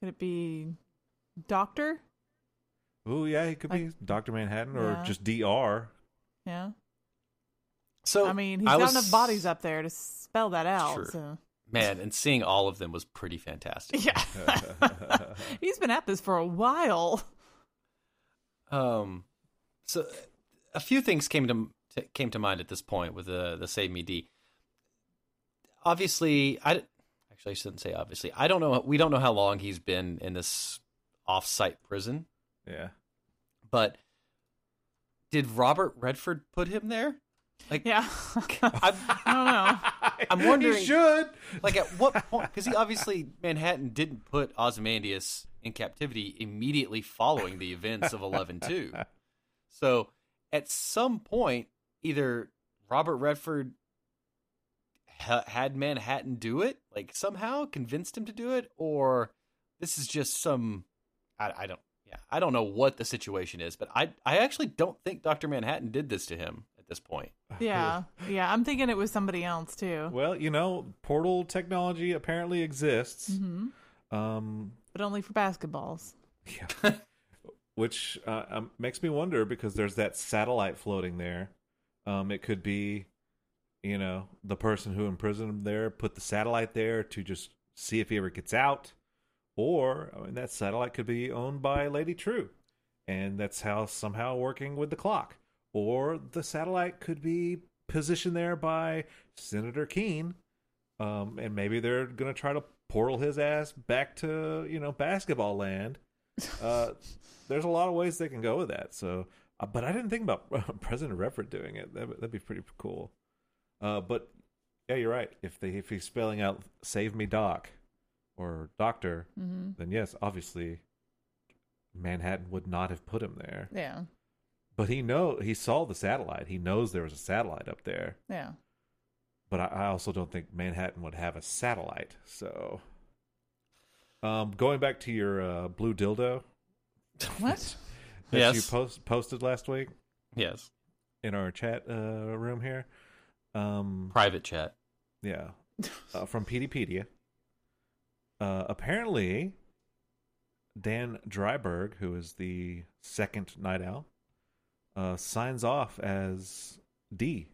D: Could it be doctor?
B: Oh yeah, he could be
D: Like-
B: Doctor Manhattan or
D: Yeah.
B: just Dr.
D: Yeah.
C: So
D: I mean, he's
C: I
D: got
C: was-
D: enough bodies up there to spell that out.
C: True.
D: So.
C: Man, and seeing all of them was pretty fantastic.
D: Yeah. he's been at this for a while.
C: Um, so a few things came to, t- came to mind at this point with the the Save Me D. Obviously, I d- actually I shouldn't say obviously. I don't know. We don't know how long he's been in this off-site prison,
B: Yeah.
C: but did Robert Redford put him there? Like,
D: Yeah.
C: I've,
D: I don't know.
C: I'm wondering,
B: He should.
C: like, at what point? Because he obviously Manhattan didn't put Ozymandias in captivity immediately following the events of Eleven Two. So, at some point, either Robert Redford ha- had Manhattan do it, like somehow convinced him to do it, or this is just some. I, I don't. Yeah, I don't know what the situation is, but I I actually don't think Doctor Manhattan did this to him at this point.
D: Yeah. Yeah. I'm thinking it was somebody else too,
B: Well, you know, portal technology apparently exists.
C: Mm-hmm.
B: Um,
D: but only for basketballs.
B: which uh, um, makes me wonder because there's that satellite floating there. Um, it could be, you know, the person who imprisoned him there put the satellite there to just see if he ever gets out, or I mean, that satellite could be owned by Lady True, and that's how somehow working with the clock, or the satellite could be positioned there by Senator Keene, um, and maybe they're gonna try to portal his ass back to you know basketball land uh, there's a lot of ways they can go with that. So, uh, but I didn't think about President Redford doing it. That, that'd be pretty cool. Uh, but yeah, you're right. If they if he's spelling out "Save Me, Doc" or "Doctor," then yes, obviously Manhattan would not have put him there.
D: Yeah.
B: But he know he saw the satellite. He knows there was a satellite up there.
D: Yeah.
B: But I, I also don't think Manhattan would have a satellite. So, um, going back to your uh, blue dildo
D: What?
B: that
C: Yes.
B: you post, posted last week
C: Yes.
B: in our chat uh, room here. Um,
C: Private chat.
B: yeah, uh, from PDpedia. Uh, apparently, Dan Dryberg, who is the second Night Owl, uh, signs off as D.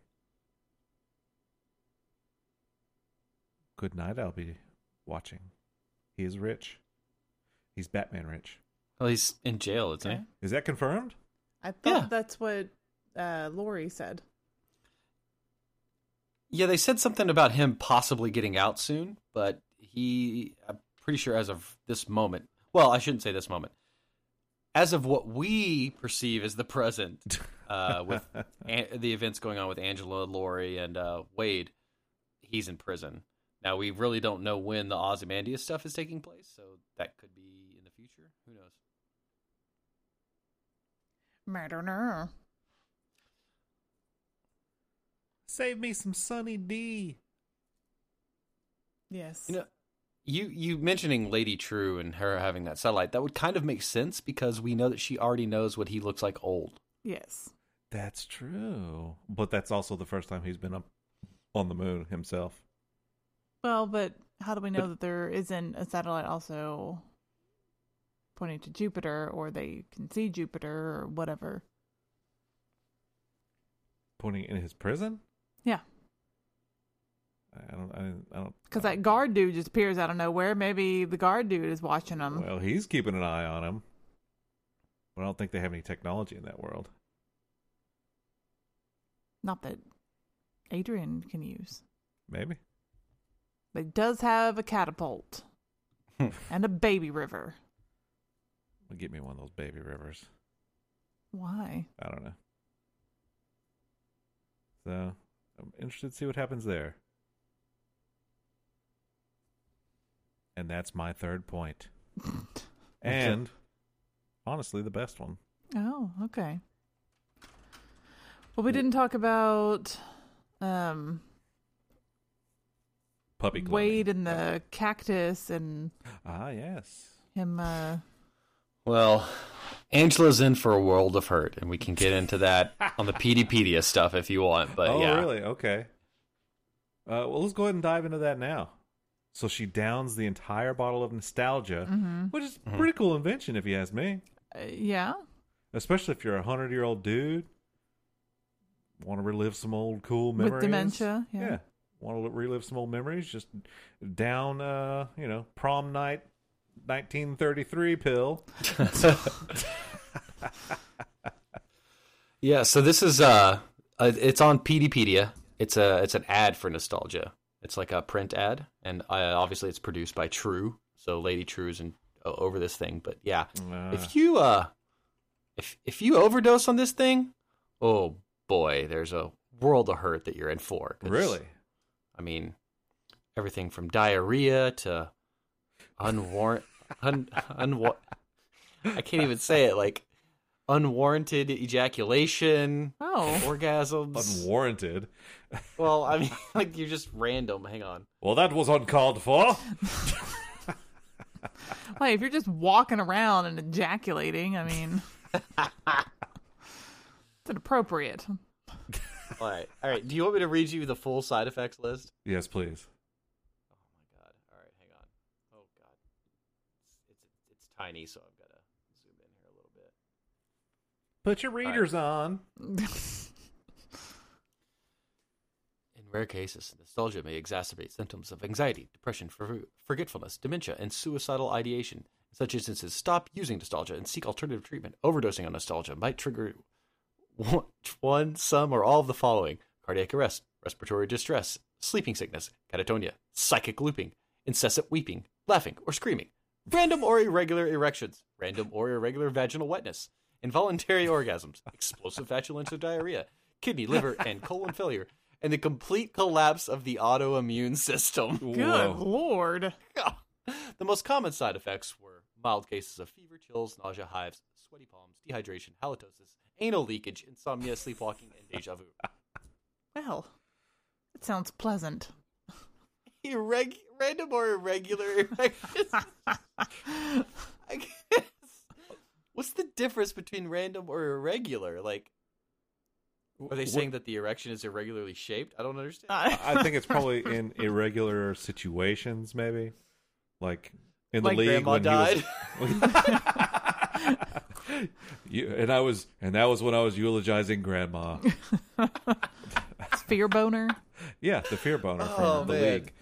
B: Good night, I'll be watching. He is rich. He's Batman rich.
C: Well, he's in jail, isn't
D: Okay.
C: he?
B: Is that confirmed?
D: I thought
C: Yeah.
D: that's what uh, Lori said.
C: Yeah, they said something about him possibly getting out soon, but he, I'm pretty sure as of this moment, well, I shouldn't say this moment, as of what we perceive as the present, uh, with an- the events going on with Angela, Lori, and uh, Wade, he's in prison. Now, we really don't know when the Ozymandias stuff is taking place, so that could be in the future. Who knows?
D: Murderer.
B: Save me some Sunny D.
D: Yes.
C: You know, you you mentioning Lady True and her having that satellite, that would kind of make sense because we know that she already knows what he looks like old.
D: yes.
B: That's true. But that's also the first time he's been up on the moon himself.
D: Well, but how do we know
C: But-
D: that there isn't a satellite also pointing to Jupiter or they can see Jupiter or whatever?
B: Pointing in his prison?
D: Yeah.
B: I don't I, didn't- I don't
D: Because that guard dude just appears out of nowhere. Maybe the guard dude is watching them.
B: Well, he's keeping an eye on him. But I don't think they have any technology in that world.
D: Not that Adrian can use.
B: Maybe.
D: But he does have a catapult and a baby river.
B: Get me one of those baby rivers.
D: Why?
B: I don't know. So I'm interested to see what happens there. And that's my third point. and honestly, the best one.
D: Oh, okay. Well, we didn't talk about um,
B: Puppy cloning.
D: Wade and the cactus and
B: Ah, yes.
D: him. Uh,
C: Well, Angela's in for a world of hurt, and we can get into that on the PDpedia stuff if you want. But
B: oh,
C: yeah,
B: really? Okay. Uh, well, let's go ahead and dive into that now. So she downs the entire bottle of nostalgia,
D: Mm-hmm.
B: which is a pretty cool invention, if you ask me.
D: uh, yeah.
B: Especially if you're a hundred year old dude, want to relive some old cool
D: With
B: memories
D: dementia, yeah.
B: want to relive some old memories. Just down, uh, you know, prom night, nineteen thirty three pill.
C: yeah. So this is uh, uh, it's on PDpedia. It's a it's an ad for nostalgia. It's like a print ad, and uh, obviously it's produced by True. So Lady True is in, o- over this thing, but yeah,
B: Ah.
C: if you uh if if you overdose on this thing oh boy there's a world of hurt that you're in for 'Cause,
B: Really?
C: i mean everything from diarrhea to unwarrant un, unwa- i can't even say it like unwarranted ejaculation
D: Oh.
C: orgasms
B: Unwarranted.
C: well i mean like you're just random hang on
B: Well, that was uncalled for.
D: Like, if you're just walking around and ejaculating, I mean, it's inappropriate.
C: all right all right do you want me to read you the full side effects list
B: yes, please.
C: God. All right, hang on. Oh God, it's it's, it's tiny, so I've got to zoom in here a little bit.
B: Put your readers on.
C: In rare cases, nostalgia may exacerbate symptoms of anxiety, depression, for- forgetfulness, dementia, and suicidal ideation. In such instances, stop using nostalgia and seek alternative treatment. Overdosing on nostalgia might trigger one, one, some, or all of the following cardiac arrest, respiratory distress, sleeping sickness, catatonia, psychic looping, incessant weeping, laughing, or screaming, random or irregular erections, random or irregular vaginal wetness, involuntary orgasms, explosive flatulence or diarrhea, kidney, liver, and colon failure, and the complete collapse of the autoimmune system.
D: Good lord.
C: The most common side effects were mild cases of fever, chills, nausea, hives, sweaty palms, dehydration, halitosis, anal leakage, insomnia, sleepwalking, and deja vu.
D: Well, it sounds pleasant.
C: Irreg-
D: Uh,
C: random or irregular erections. I guess. What's the difference between random or irregular? Like, are they saying that the erection is irregularly shaped? I don't understand.
B: I think it's probably in irregular situations, maybe. Like in the
C: Like
B: league
C: grandma
B: when
C: died.
B: he was. You- and I was, and that was when I was eulogizing grandma.
D: Fear boner.
B: Yeah, the fear boner from
C: Oh,
B: the
C: man.
B: league.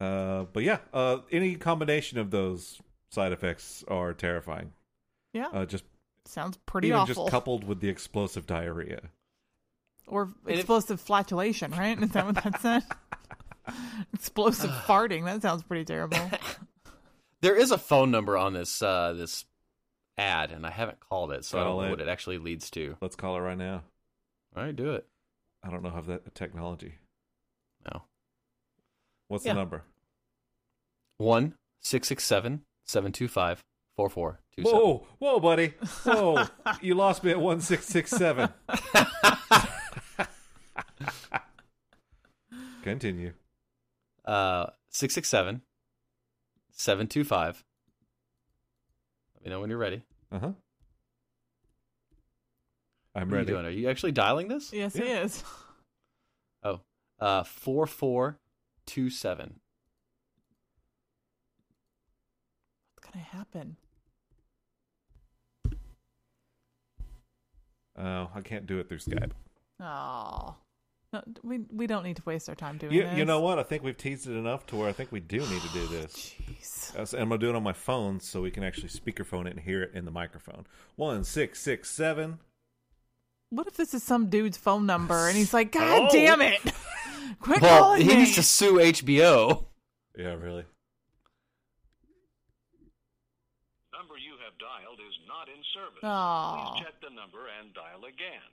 B: Uh, but yeah, uh, any combination of those side effects are terrifying.
D: Yeah,
B: Uh, just
D: sounds pretty
B: even
D: awful.
B: just coupled with the explosive diarrhea.
D: or
C: if-
D: explosive flatulation, right? Is that what that said? explosive farting. That sounds pretty terrible.
C: There is a phone number on this uh, this ad, and I haven't called it, so I
B: Call
C: don't know
B: it.
C: what it actually leads to.
B: Let's call it right now.
C: All right, do it.
B: I don't know how that technology.
C: No.
B: What's
C: Yeah.
B: the number?
C: One six six seven seven two five four four two seven.
B: Whoa, whoa, buddy. Whoa. you lost me at 1667. Continue.
C: Uh, six six seven seven two five. Let me know when you're ready.
B: Uh huh. I'm
C: What are you
B: ready.
C: doing? Are you actually dialing this?
D: yes, it is.
C: Oh, uh, four four two seven.
D: What's gonna happen?
B: Oh, I can't do it through Skype.
D: Oh, no, we we don't need to waste our time doing
B: You,
D: this.
B: you know what? I think we've teased it enough to where I think we do need to do this.
D: Jeez.
B: Uh, so- I'm going to do it on my phone so we can actually speakerphone it and hear it in the microphone. 1667.
D: What if this is some dude's phone number and he's like, God
B: Hello?
D: damn it! Quit
C: Well,
D: calling
C: he
D: me.
C: needs to sue HBO.
B: Yeah, really.
A: number you have dialed is not in service.
D: Aw.
A: Please check the number and dial again.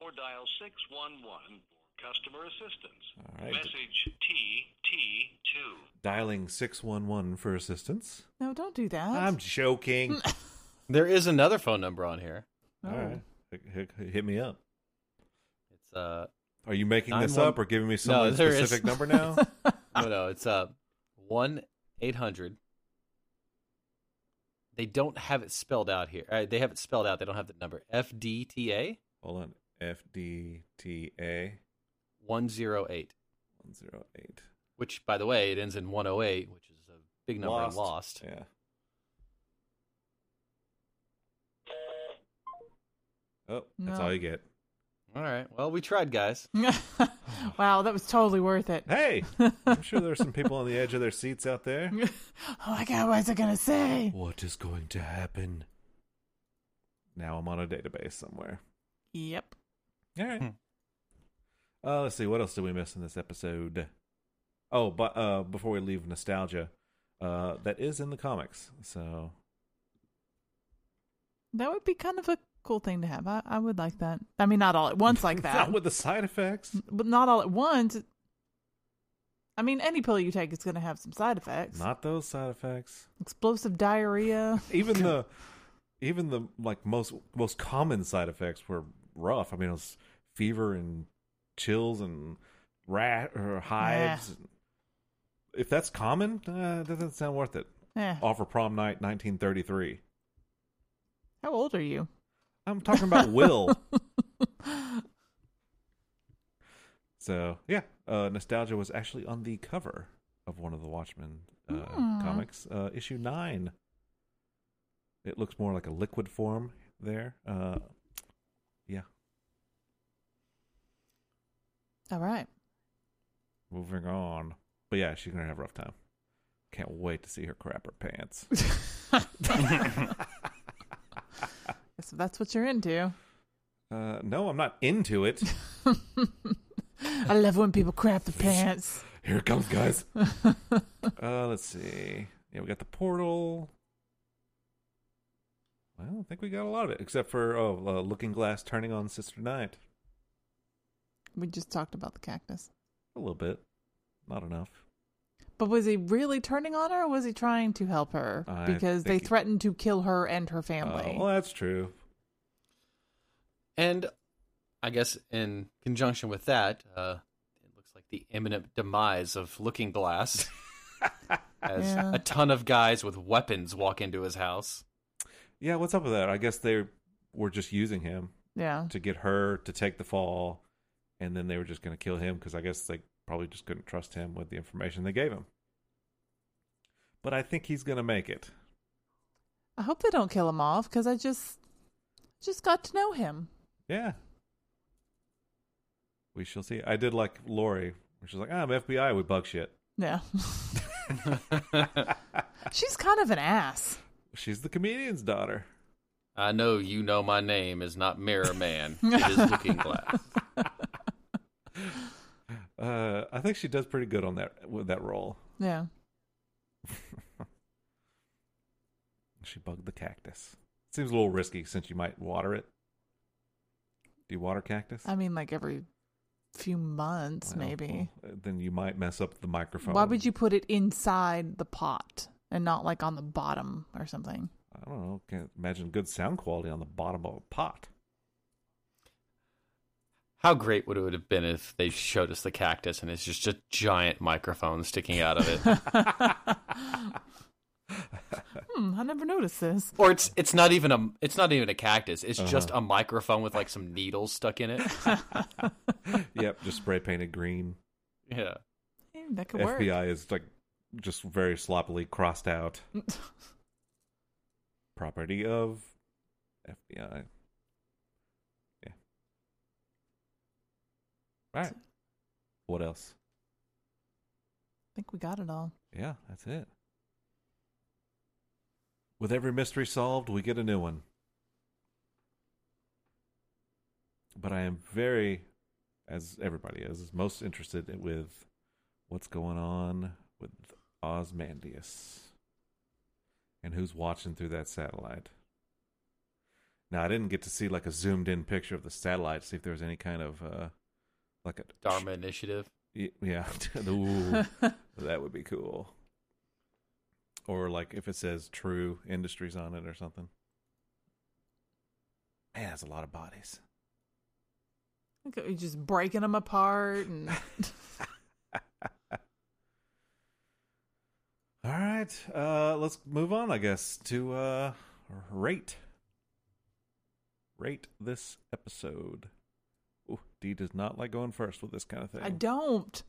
A: Or dial 611 for customer assistance.
B: All right.
A: Message TT2.
B: Dialing 611 for assistance.
D: No, don't do that.
B: I'm joking.
C: There is another phone number on here.
D: No.
B: All right. Hit, hit- hit me up.
C: It's uh,
B: Are you making this
C: Nine one-
B: up or giving me some
C: No, there is-
B: specific number now? Ah.
C: no, no, it's uh, one eight hundred. They don't have it spelled out here. Uh, they have it spelled out. They don't have the number. FDTA
B: Hold on. FDTA
C: one zero eight.
B: 108.
C: Which, by the way, it ends in one zero eight, which is a big number. and
B: Lost.
C: Lost.
B: Yeah. Oh, that's
D: No.
B: all you get.
C: All right. Well, we tried, guys.
D: wow, that was totally worth it.
B: Hey, I'm sure there's some people on the edge of their seats out there.
D: Oh my God, what's it gonna say?
B: What is going to happen? Now I'm on a database somewhere.
D: Yep.
B: All right. Uh, let's see. What else did we miss in this episode? Oh, but uh, before we leave nostalgia, uh, that is in the comics. So
D: That would be kind of a cool thing to have. I, I would like that. I mean, not all at once like that,
B: not with the side effects.
D: but not all at once. I mean, any pill you take is going to have some side effects.
B: Not those side effects.
D: Explosive diarrhea.
B: Even the, even the like most most common side effects were rough. I mean, it was fever and chills and rat or hives. If that's common, uh, that doesn't sound worth it.
D: Eh,
B: Offer prom night, 1933.
D: how old are you?
B: I'm talking about Will. so yeah, uh, nostalgia was actually on the cover of one of the Watchmen uh, comics, uh, issue nine. It looks more like a liquid form there. Uh, yeah,
D: All right.
B: moving on. But yeah, she's gonna have a rough time. Can't wait to see her crap her pants.
D: Guess if that's what you're into.
B: uh, no, I'm not into it.
D: I love when people crap their pants.
B: Here it comes, guys. uh, let's see. Yeah, we got the portal. Well, I think we got a lot of it, except for oh, uh, Looking Glass turning on Sister Night.
D: We just talked about the cactus.
B: A little bit, not enough.
D: But was he really turning on her or was he trying to help her?
B: I
D: because they
B: think he-
D: threatened to kill her and her
B: Uh,
D: family.
B: well, that's true.
C: And I guess in conjunction with that, uh, it looks like the imminent demise of Looking Glass as
D: Yeah.
C: a ton of guys with weapons walk into his house.
B: yeah, what's up with that? I guess they were just using him
D: Yeah.
B: to get her to take the fall, and then they were just going to kill him because I guess they probably just couldn't trust him with the information they gave him. But I think he's going to make it.
D: I hope they don't kill him off because I just just got to know him.
B: Yeah. We shall see. I did like Lori, which is like, "Ah, I'm FBI, we bug shit.
D: Yeah. She's kind of an ass.
B: She's the comedian's daughter.
C: I know you know my name is not Mirror Man. It is Looking Glass.
B: Uh, I think she does pretty good on that with that role.
D: Yeah.
B: She bugged the cactus. Seems a little risky since you might water it. Do you water cactus?
D: I mean, like every few months,
B: Well,
D: maybe.
B: well, then you might mess up the microphone.
D: Why would you put it inside the pot and not like on the bottom or something?
B: I don't know. Can't imagine good sound quality on the bottom of a pot.
C: How great would it have been if they showed us the cactus and it's just a giant microphone sticking out of it,
D: Hmm, I never noticed this.
C: or it's it's not even a it's not even a cactus. It's just a microphone with like some needles stuck in it.
B: yep, just spray painted green.
C: Yeah.
D: Yeah, that could work.
B: FBI is like just very sloppily crossed out. Property of FBI. Yeah. All right. What else?
D: I think we got it all.
B: Yeah, that's it. With every mystery solved, we get a new one. But I am very, as everybody is, most interested with what's going on with Osmandius and who's watching through that satellite. Now, I didn't get to see like a zoomed in picture of the satellite, see if there was any kind of uh, like a
C: Dharma Initiative.
B: Y- Yeah. Ooh, that would be cool. Or like if it says True Industries on it or something. Man, that's a lot of bodies.
D: Look at you just breaking them apart and
B: All right. Uh let's move on, I guess, to uh rate. Rate this episode. Ooh, D does not like going first with this kind of thing.
D: I don't.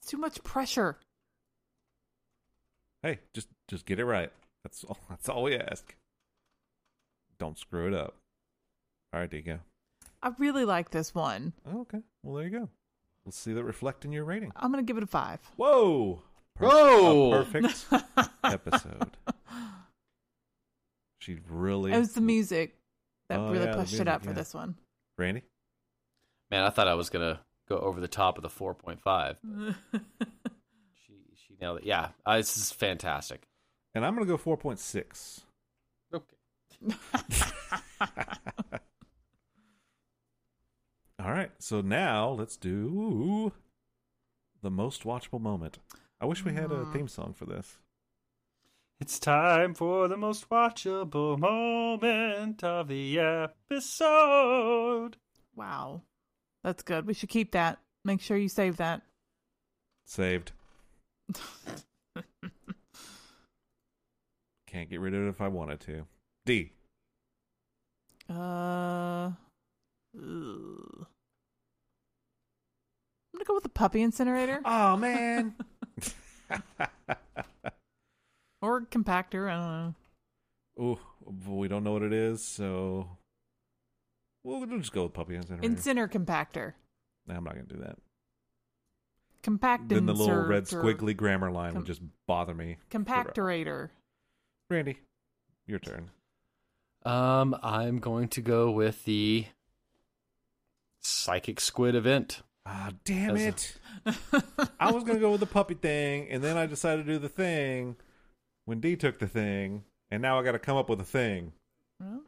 D: It's too much pressure.
B: hey, just just get it right. That's all that's all we ask. Don't screw it up. All right, D go.
D: I really like this one.
B: Oh, okay. Well, there you go. We'll see that reflect in your rating.
D: I'm gonna give it a five.
B: Whoa! Per-
C: Whoa!
B: a perfect episode. She really.
D: It was the music that
B: Oh,
D: really
B: yeah, the
D: pushed it
B: music,
D: up for
B: yeah.
D: this one.
B: Randy.
C: Man, I thought I was gonna go over the top of the four point five. she she nailed it. Yeah, uh, this is fantastic.
B: And I'm gonna go four point six.
C: Okay.
B: All right. So now let's do the most watchable moment. I wish we had a
D: Mm-hmm.
B: theme song for this.
C: It's time for the most watchable moment of the episode.
D: Wow, that's good. We should keep that. Make sure you save that.
B: Saved. Can't get rid of it if I wanted to. D.
D: Uh, ugh. I'm gonna go with the puppy incinerator
B: Oh man.
D: or compactor. I don't know.
B: Ooh, but we don't know what it is, so we'll, we'll just go with puppy incinerator.
D: Inciner compactor.
B: Nah, I'm not gonna do that.
D: Compactor.
B: then the little red squiggly grammar line would just bother me.
D: compactorator.
B: Randy, your turn.
C: Um, I'm going to go with the psychic squid event.
B: Ah, damn
C: That's-
B: it! I was gonna go with the puppy thing, and then I decided to do the thing when D took the thing, and now I got to come up with a thing.
D: Well,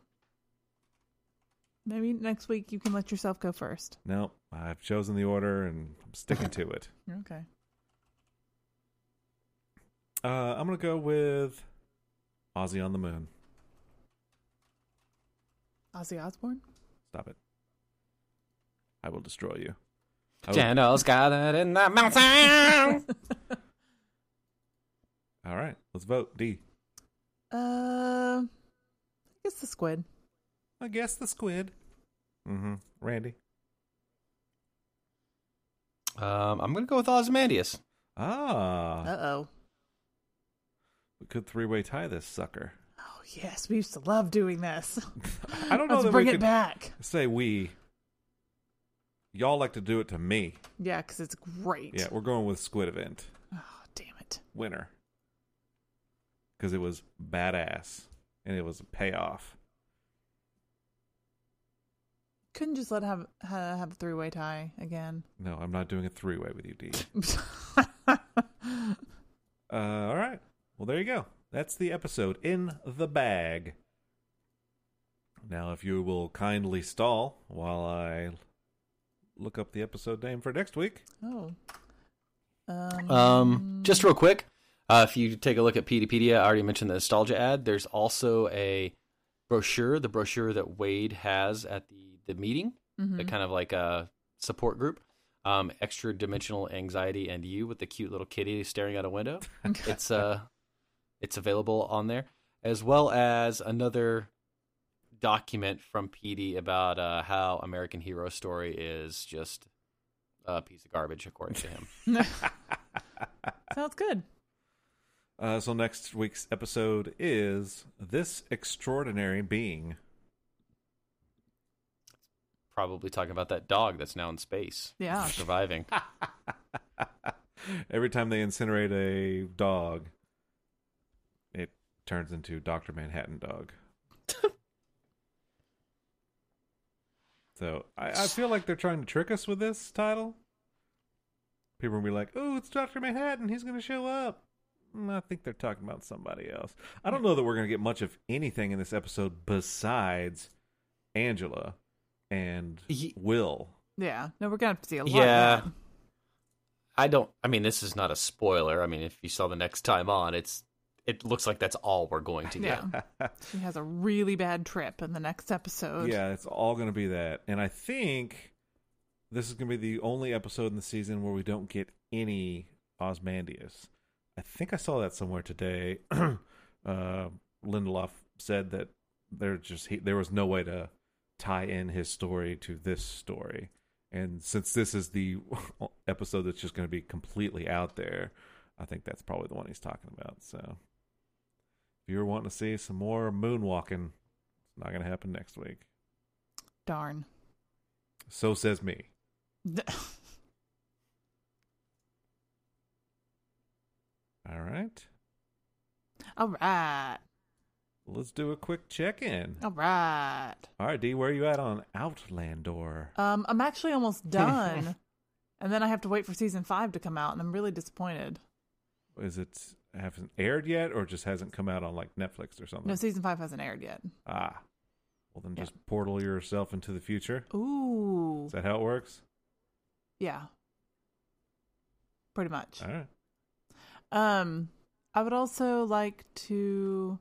D: maybe next week you can let yourself go first.
B: Nope, I've chosen the order, and I'm sticking to it.
D: Okay.
B: Uh, I'm gonna go with Ozzy on the moon.
D: Ozzy Osbourne.
B: Stop it. I will destroy you. I will-
C: Janelle's got it in the mountain.
B: All right, let's vote. D.
D: Uh, It's the squid.
B: I guess the squid. Mm-hmm. Randy.
C: Um, I'm gonna go with Ozymandias.
B: Ah,
D: Uh oh.
B: we could three-way tie this sucker.
D: Oh yes, we used to love doing this.
B: I don't know
D: Let's
B: that
D: bring
B: we
D: it
B: could
D: back.
B: say we. Y'all like to do it to me.
D: Yeah, because it's great.
B: Yeah, we're going with squid event
D: Oh, damn it.
B: winner because it was badass and it was a payoff.
D: Couldn't just let have ha- have a three way tie again.
B: No, I'm not doing a three-way with you, D. Uh, all right. Well, there you go. That's the episode in the bag. Now, if you will kindly stall while I look up the episode name for next week.
D: oh. Um,
C: Um, just real quick, uh, if you take a look at Pedopedia, I already mentioned the nostalgia ad. There's also a brochure, the brochure that Wade has at the the meeting, the kind of like a support group. Um, extra dimensional anxiety and you with the cute little kitty staring out a window. it's uh, it's available on there as well as another document from PD about uh, how American Hero Story is just a piece of garbage according to him.
D: sounds good.
B: Uh, so next week's episode is this extraordinary being.
C: probably talking about that dog that's now in space.
D: Yeah.
C: Surviving.
B: Every time they incinerate a dog, it turns into Doctor Manhattan dog. so I, I feel like they're trying to trick us with this title. People will be like, "Oh, it's Doctor Manhattan. He's going to show up." Mm, I think they're talking about somebody else. I don't know that we're going to get much of anything in this episode besides Angela and
C: Ye-
B: Will.
D: Yeah. No, we're gonna have to see a lot. of
C: yeah.
D: that.
C: I don't I mean this is not a spoiler. I mean if you saw the next time on, it's it looks like that's all we're going to get.
D: Yeah. she has a really bad trip in the next episode.
B: Yeah, it's all going to be that. And I think this is going to be the only episode in the season where we don't get any Osmandius. I think I saw that somewhere today. uh, Lindelof said that there just he, there was no way to tie in his story to this story. And since this is the episode that's just going to be completely out there, I think that's probably the one he's talking about. So if you're wanting to see some more moonwalking, it's not going to happen next week.
D: Darn.
B: So says me. All right.
D: All right.
B: Let's do a quick check in.
D: All right.
B: All right, D, where are you at on Outlander?
D: Um, I'm actually almost done. and then I have to wait for season five to come out, and I'm really disappointed.
B: Is it hasn't aired yet or just hasn't come out on like Netflix or something?
D: No, season five hasn't aired yet.
B: ah. Well, then just portal yourself into the future.
D: Ooh.
B: Is that how it works?
D: Yeah. Pretty much.
B: All right.
D: Um, I would also like to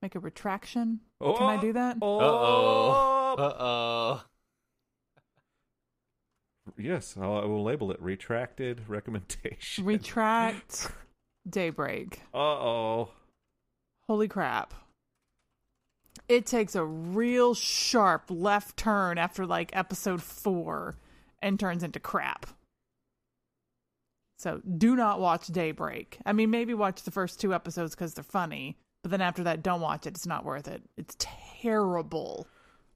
D: make a retraction. Can I do that?
B: Oh.
C: Uh-oh. Uh-oh.
B: Yes, I'll, I will label it retracted recommendation.
D: Retract Daybreak.
B: uh oh.
D: Holy crap. It takes a real sharp left turn after like episode four and turns into crap. So do not watch Daybreak. I mean, maybe watch the first two episodes because they're funny, but then after that, don't watch it. It's not worth it. It's terrible.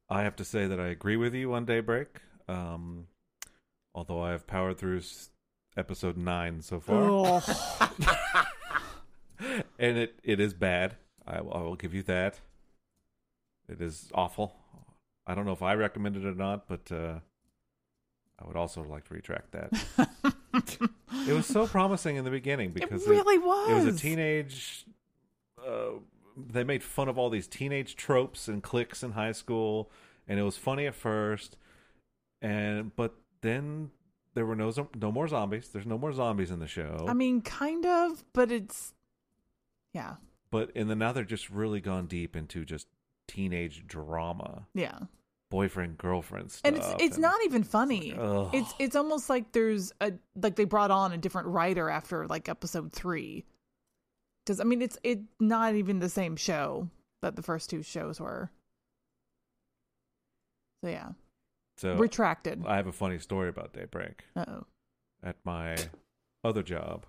B: I have to say that I agree with you on Daybreak. Um, although I have powered through s- episode nine so far.
D: Ugh.
B: and it, it is bad. I, will- I will give you that. It is awful. I don't know if I recommend it or not, but uh, I would also like to retract that. it was so promising in the beginning because
D: really
B: It was a
D: was.
B: teenage. Uh, they made fun of all these teenage tropes and cliques in high school, and it was funny at first, and but then there were no zo- no more zombies. There's no more zombies in the show.
D: I mean, kind of, but it's yeah,
B: but and then now they're just really gone deep into just teenage drama,
D: yeah.
B: boyfriend girlfriend stuff,
D: And it's it's not even funny.
B: ugh.
D: It's it's almost like there's a like they brought on a different writer after like episode three. Because I mean, it's it's not even the same show that the first two shows were. So yeah,
B: So
D: retracted.
B: I have a funny story about Daybreak.
D: Uh oh.
B: At my other job,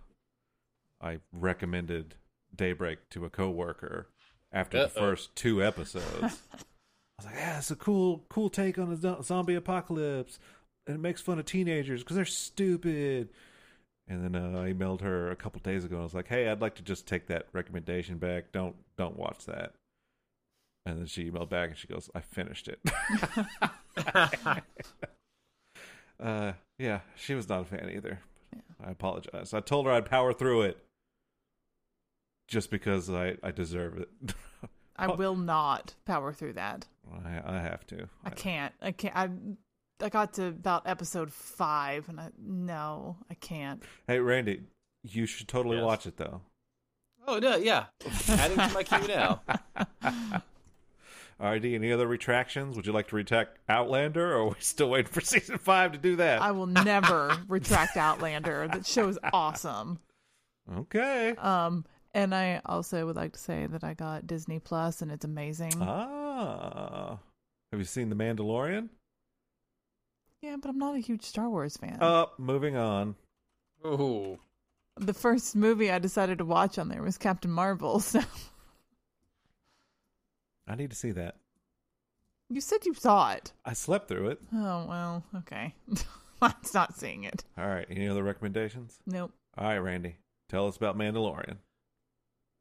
B: I recommended Daybreak to a coworker after the
C: Uh-oh.
B: first two episodes. I was like, "Yeah, it's a cool, cool take on a zo- zombie apocalypse, and it makes fun of teenagers because they're stupid." And then uh, I emailed her a couple days ago, and I was like, "Hey, I'd like to just take that recommendation back. Don't, don't watch that." And then she emailed back, and she goes, "I finished it." Uh, yeah, she was not a fan either. I apologize. I told her I'd power through it, just because I I deserve it.
D: I will not power through that.
B: I, I have to.
D: I can't. I can't. I I got to about episode five, and I no, I can't.
B: Hey, Randy, you should totally
C: Yes.
B: watch it though.
C: Oh no, yeah. Adding to my queue now.
B: RD, any other retractions? Would you like to retract Outlander, or are we still waiting for season five to do that?
D: I will never retract Outlander. That show is awesome.
B: okay.
D: Um, and I also would like to say that I got Disney Plus, and it's amazing.
C: Uh-huh.
B: ah, have you seen The Mandalorian?
D: yeah, but I'm not a huge Star Wars fan.
B: Uh, moving on.
C: Ooh.
D: the first movie I decided to watch on there was Captain Marvel. So
B: I need to see that.
D: you said you saw it.
B: I slept through it.
D: Oh well, okay. Mine's not seeing it.
B: All right. Any other recommendations?
D: Nope.
B: All right, Randy, tell us about Mandalorian.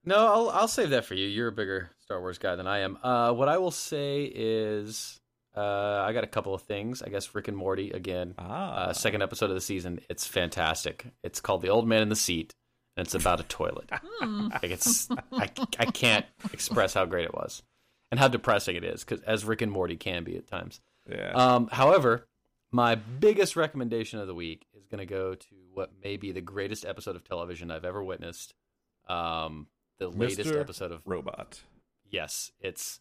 C: No, I'll I'll save that for you. You're a bigger Star Wars guy than I am. Uh, what I will say is, uh, I got a couple of things. I guess Rick and Morty again.
B: Ah,
C: Uh, second episode of the season. It's fantastic. It's called The Old Man in the Seat, and it's about a toilet. like it's, I, I can't express how great it was, and how depressing it is, because as Rick and Morty can be at times.
B: yeah.
C: Um, however, my biggest recommendation of the week is going to go to what may be the greatest episode of television I've ever witnessed. Um, the latest
B: Mr.
C: episode of
B: Robot.
C: yes, it's.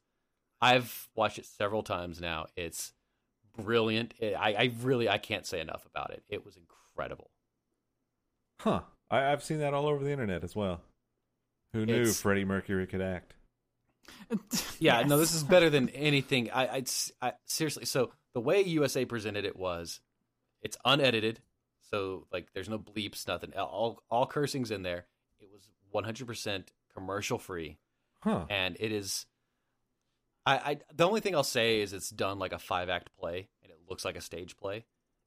C: I've watched it several times now. It's brilliant. It, I, I really I can't say enough about it. It was incredible.
B: Huh. I, I've seen that all over the internet as well. Who knew
C: It's-
B: Freddie Mercury could act?
C: Yeah, no,
D: Yes.
C: this is better than anything. I, I, it's- I seriously. So the way USA presented it was, it's unedited, so like there's no bleeps, nothing. All all cursing's in there. It was 100% commercial free,
B: Huh.
C: and it is. I, I the only thing I'll say is it's done like a five act play, and it looks like a stage play,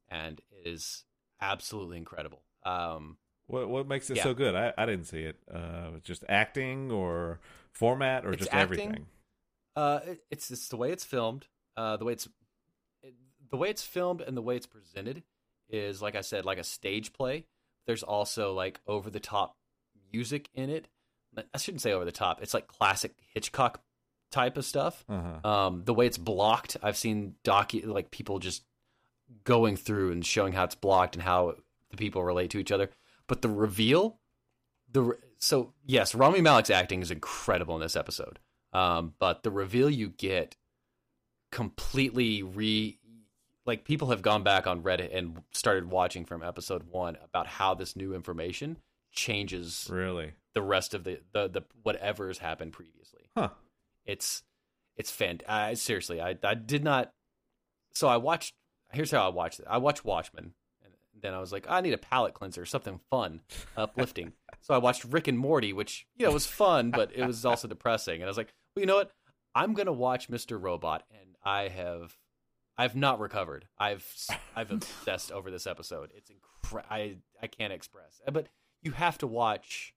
C: and it is absolutely incredible. Um,
B: What what makes it
C: yeah.
B: so good? I, I didn't see it. Uh, just acting or format or
C: It's
B: just
C: acting.
B: everything.
C: Uh, it- it's it's the way it's filmed, uh, the way it's it, the way it's filmed and the way it's presented is like I said, like a stage play. There's also like over the top music in it. But I shouldn't say over the top. It's like classic Hitchcock type of stuff.
B: Uh huh.
C: Um, the way it's blocked, I've seen docu like people just going through and showing how it's blocked and how the people relate to each other. But the reveal, the re- so yes, Rami Malek's acting is incredible in this episode. Um, but the reveal you get completely re like people have gone back on Reddit and started watching from episode one about how this new information changes
B: Really?
C: the rest of the the, the whatever has happened previously
B: Huh.
C: it's it's fan I seriously I, I did not so I watched here's how I watched it I watched Watchmen and then I was like I need a palate cleanser something fun uplifting so I watched Rick and Morty which you know was fun but it was also depressing and I was like well you know what I'm gonna watch Mr. Robot and I have I've not recovered I've s- I've obsessed over this episode it's incre- I I can't express Uh, but you have to watch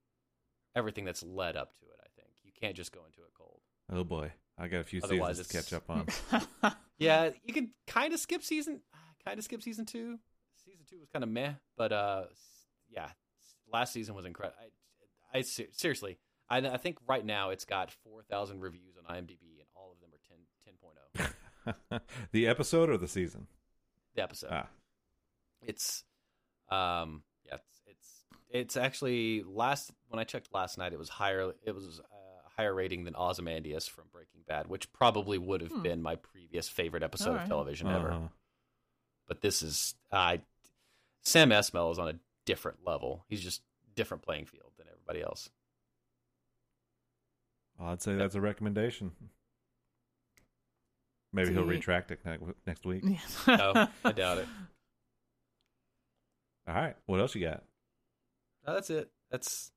C: everything that's led up to it I think you can't just go into it cold.
B: Oh boy. I got a few
C: Otherwise
B: seasons to
C: it's-
B: catch up on.
C: Yeah, you could kind of skip season, kind of skip season two. Season two was kind of meh, but uh, s- yeah, s- last season was incredible. I, I ser- seriously, I, I think right now it's got four thousand reviews on IMDb, and all of them are 10, 10.0
B: the episode or the season?
C: the episode.
B: Ah.
C: It's, um, yeah, it's, it's it's actually last when I checked last night, it was higher. It was. Uh, Higher rating than Ozymandias from Breaking Bad, which probably would have been my previous favorite episode
D: Alright.
C: of television ever.
B: Hmm. Uh-huh.
C: but this is I Sam Esmail is on a different level. He's just different playing field than everybody else.
B: Well, I'd say that's a recommendation. Maybe he'll
D: Sweet.
B: retract it ne- next week.
C: No, I doubt it.
B: All right. What else you got?
C: No, that's it. That's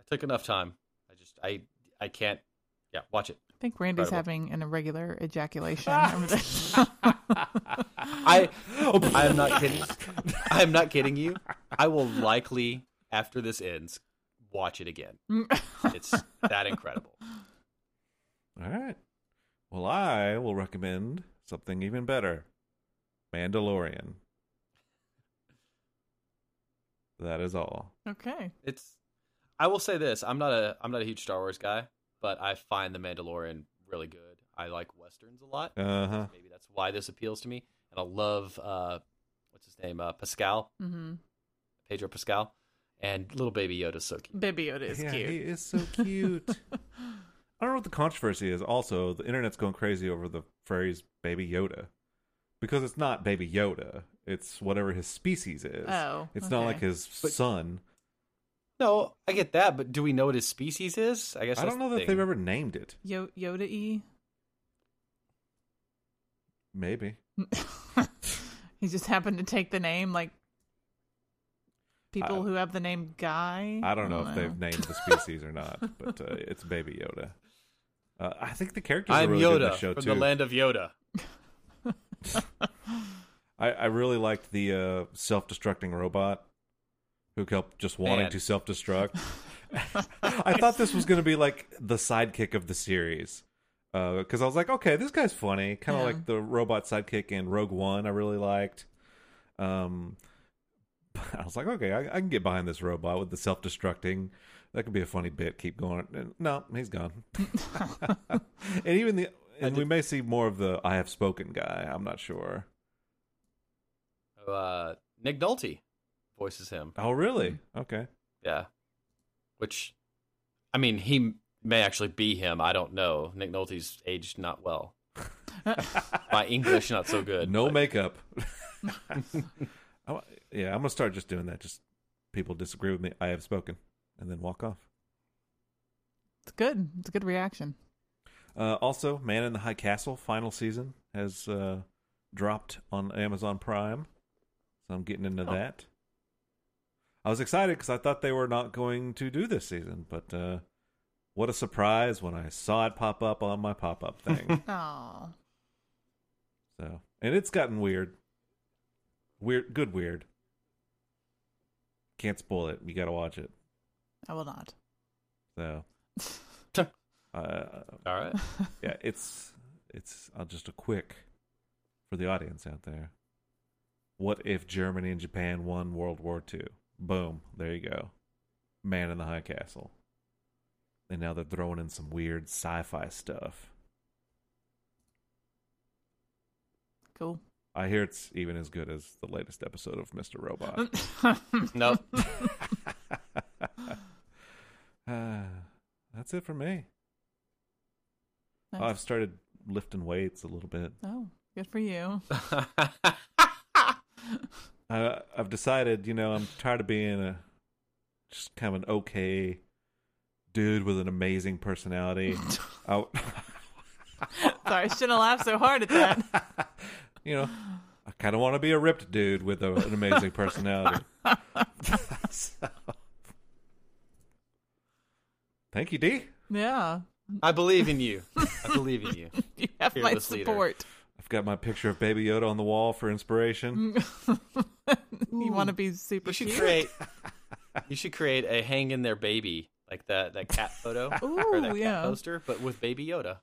C: I took enough time. I just I I can't. Yeah, watch it.
D: I think Randy's
C: Incredible. Ah!
D: having an irregular ejaculation. over there.
C: I I am not kidding. I am not kidding you. I will likely after this ends watch it again. It's that incredible.
B: All right. Well, I will recommend something even better Mandalorian. That is all.
D: okay.
C: It's I will say this. I'm not a I'm not a huge Star Wars guy, but I find The Mandalorian really good. I like westerns a lot.
B: Uh huh.
C: Maybe that's why this appeals to me. And I love uh what's his name? Uh Pascal,
D: Mm-hmm.
C: Pedro Pascal, and little baby Yoda's so cute.
D: Baby Yoda is
B: yeah,
D: cute.
B: he is so cute. I don't know what the controversy is. Also, the internet's going crazy over the phrase "Baby Yoda" because it's not Baby Yoda; it's whatever his species is.
D: Oh,
B: it's not
D: okay.
B: like his son.
C: No, I get that, but do we know what his species is? I guess
B: I
C: that's
B: don't know
C: the
B: that
C: thing.
B: they've ever named it.
D: Yo- Yoda E.
B: Maybe
D: He just happened to take the name like people
B: I-
D: who have the name Guy. Uh,
B: I don't know if they've named the species or not, but uh, it's Baby Yoda. Uh, I think the characters
C: I'm
B: are really good in
C: Yoda
B: the show
C: from
B: too.
C: the land of Yoda.
B: I, I really liked the uh, self-destructing robot who kept just wanting
C: Man.
B: to self-destruct. I thought this was going to be like the sidekick of the series because I was like, okay, this guy's funny, kind of
D: Yeah.
B: like the robot sidekick in Rogue One. I really liked. Um, I was like, okay, I, I can get behind this robot with the self-destructing. That could be a funny bit. Keep going. And no, he's gone. and even the and we may see more of the I have spoken guy. I'm not sure.
C: Uh, Nick Nolte voices him.
B: Oh, really? Okay.
C: Yeah, which, I mean, he may actually be him. I don't know. Nick Nolte's aged not well. My English not so good.
B: No
C: Uh, but-
B: makeup. I- yeah, I'm gonna start just doing that. Just people disagree with me. I have spoken, and then walk off.
D: It's good. It's a good reaction.
B: Uh, also, Man in the High Castle final season has uh, dropped on Amazon Prime, so I'm getting into that. I was excited because I thought they were not going to do this season, but uh, what a surprise when I saw it pop up on my pop up thing.
D: Oh,
B: So, and it's gotten weird. Weird, good weird. Can't spoil it. You got to watch it.
D: I will not.
B: So, uh,
C: All right.
B: yeah, it's it's uh, just a quick for the audience out there. What if Germany and Japan won World War II? Boom, there you go. Man in the High Castle. And now they're throwing in some weird sci-fi stuff.
D: Cool.
B: I hear it's even as good as the latest episode of Mr.
D: Uh,
B: Robot.
C: No.
B: Uh, that's it for me.
D: Nice.
B: Oh, I've started lifting weights a little bit.
D: Oh, good for you.
B: Uh, I've decided, you know, I'm tired of being a just kind of an okay dude with an amazing personality. I,
D: Sorry, I shouldn't have laughed so hard at that.
B: you know, I kind of want to be a ripped dude with a, an amazing personality. So- Thank you, D.
D: Yeah,
C: I believe in you. I believe in you.
D: you have my
C: Fearless leader.
D: support.
B: I've got my picture of Baby Yoda on the wall for
D: Mm.
B: inspiration.
D: You want to be super
C: You should
D: cute.
C: create. You should create a hang in there baby like that that cat photo or that
D: Ooh,
C: cat
D: yeah.
C: poster, but with baby Yoda.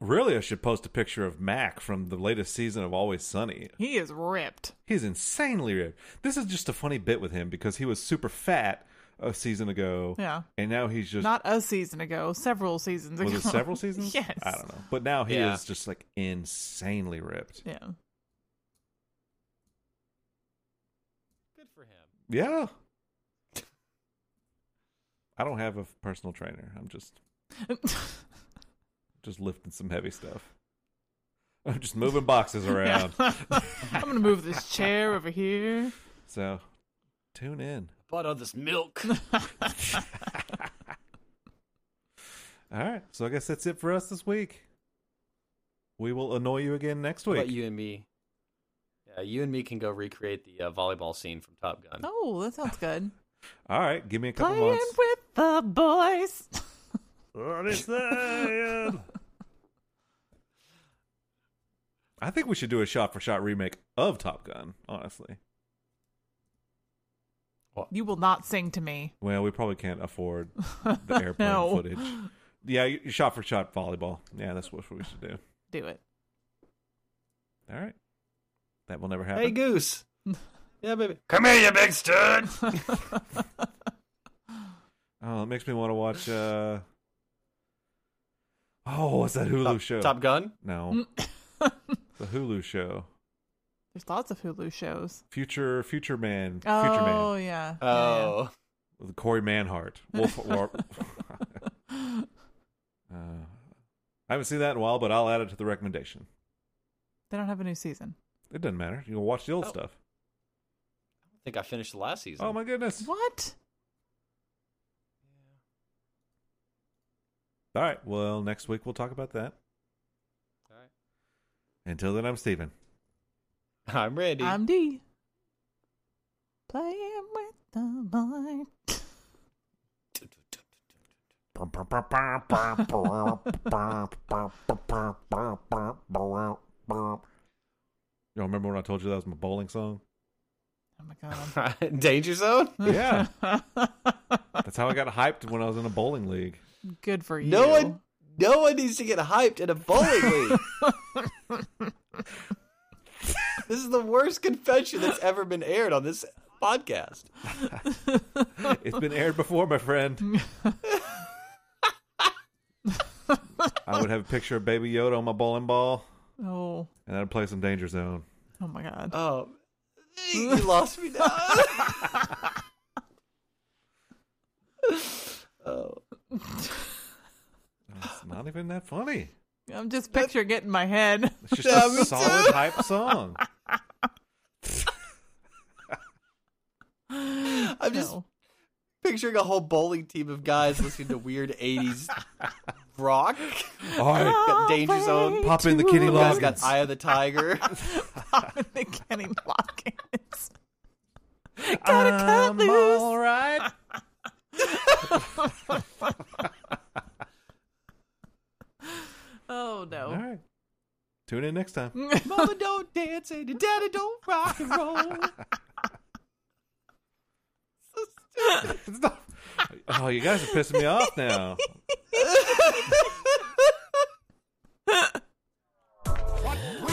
B: Really, I should post a picture of Mac from the latest season of Always Sunny.
D: He is ripped.
B: He's insanely ripped. This is just a funny bit with him because he was super fat a season ago.
D: Yeah.
B: And now he's just
D: Not a season ago, several seasons ago.
B: was it several seasons?
D: yes.
B: I don't know. But now he
C: Yeah.
B: is just like insanely ripped.
D: Yeah.
C: Good for him.
B: Yeah. I don't have a personal trainer. I'm just just lifting some heavy stuff. I'm just moving boxes around.
D: I'm gonna move this chair over here.
B: So tune in.
C: Bought all this milk.
B: All right. So I guess that's it for us this week. We will annoy you again next
C: What
B: week.
C: about you and me? Yeah, you and me can go recreate the uh, volleyball scene from Top Gun.
D: Oh, that sounds good.
B: All right, give me a couple
D: Playing
B: months.
D: with the boys.
B: What is that? I think we should do a shot for shot remake of Top Gun, honestly.
D: You will not sing to me.
B: Well, we probably can't afford the airplane
D: No.
B: footage. Yeah, you- shot for shot volleyball. Yeah, that's what we should do.
D: Do it.
B: All right. That will never happen.
C: Hey, Goose. yeah, baby.
A: Come here, you big stud.
B: Oh, it makes me want to watch. uh Oh, what's that Hulu
C: Top,
B: show?
C: Top Gun.
B: No, the Hulu show.
D: There's lots of Hulu shows.
B: Future, Future Man, Future
D: Oh
B: Man
D: yeah. Yeah, yeah.
C: Oh,
B: with Corey Manhart. Wolf. War- uh, I haven't seen that in a while, but I'll add it to the recommendation.
D: They don't have a new season.
B: It doesn't matter. You can watch the old
C: Oh.
B: stuff.
C: I think I finished the last season.
B: Oh my goodness!
D: What?
B: All right. Well, next week we'll talk about that.
C: All right.
B: Until then, I'm Steven.
C: I'm ready.
D: I'm D. Playing with the boys.
B: Y'all remember when I told you that was my bowling song?
D: Oh my god.
C: Danger Zone.
B: Yeah. That's how I got hyped when I was in a bowling league.
D: Good for you.
C: No one, no one needs to get hyped at a bowling league. this is the worst confession that's ever been aired on this podcast.
B: It's been aired before, my friend. I would have a picture of Baby Yoda on my bowling ball,
D: Oh.
B: and I'd play some Danger Zone.
D: Oh my god.
C: Oh, you lost me now. oh,
B: It's not even that funny.
D: I'm just picturing it in my head.
B: It's just
C: Yeah, me
B: a
C: too.
B: solid hype song.
C: I'm just
D: No.
C: picturing a whole bowling team of guys listening to weird '80s rock.
B: All right,
C: Got Danger Zone.
B: pop in the kitty
C: Oh, You guys
B: log.
C: got Eye of the Tiger.
D: the Kenny Loggins. Gotta cut
B: I'm
D: loose.
B: all right.
D: Oh
B: All
D: no.
B: right. Tune in next time.
C: Mama don't dance and your daddy don't rock and roll.
B: Stop. Oh, you guys are pissing me off now.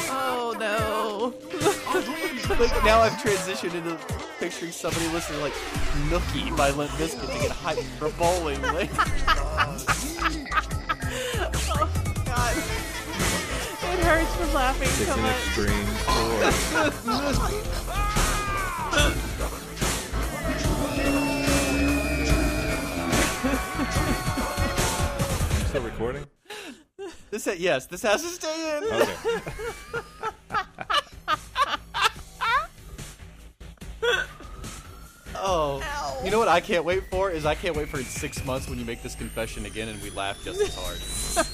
D: Oh no.
C: Look, now I've transitioned into picturing somebody listening to, like Nookie by Limp Bizkit to get hyped for bowling. Like,
D: God. It hurts from laughing
B: It's
D: so
B: an
D: much.
B: extreme sport. I'm still recording?
C: this, ha- yes, this has to stay in.
B: Okay.
C: Oh, you know what I can't wait for is I can't wait for in six months when you make this confession again and we laugh just as hard.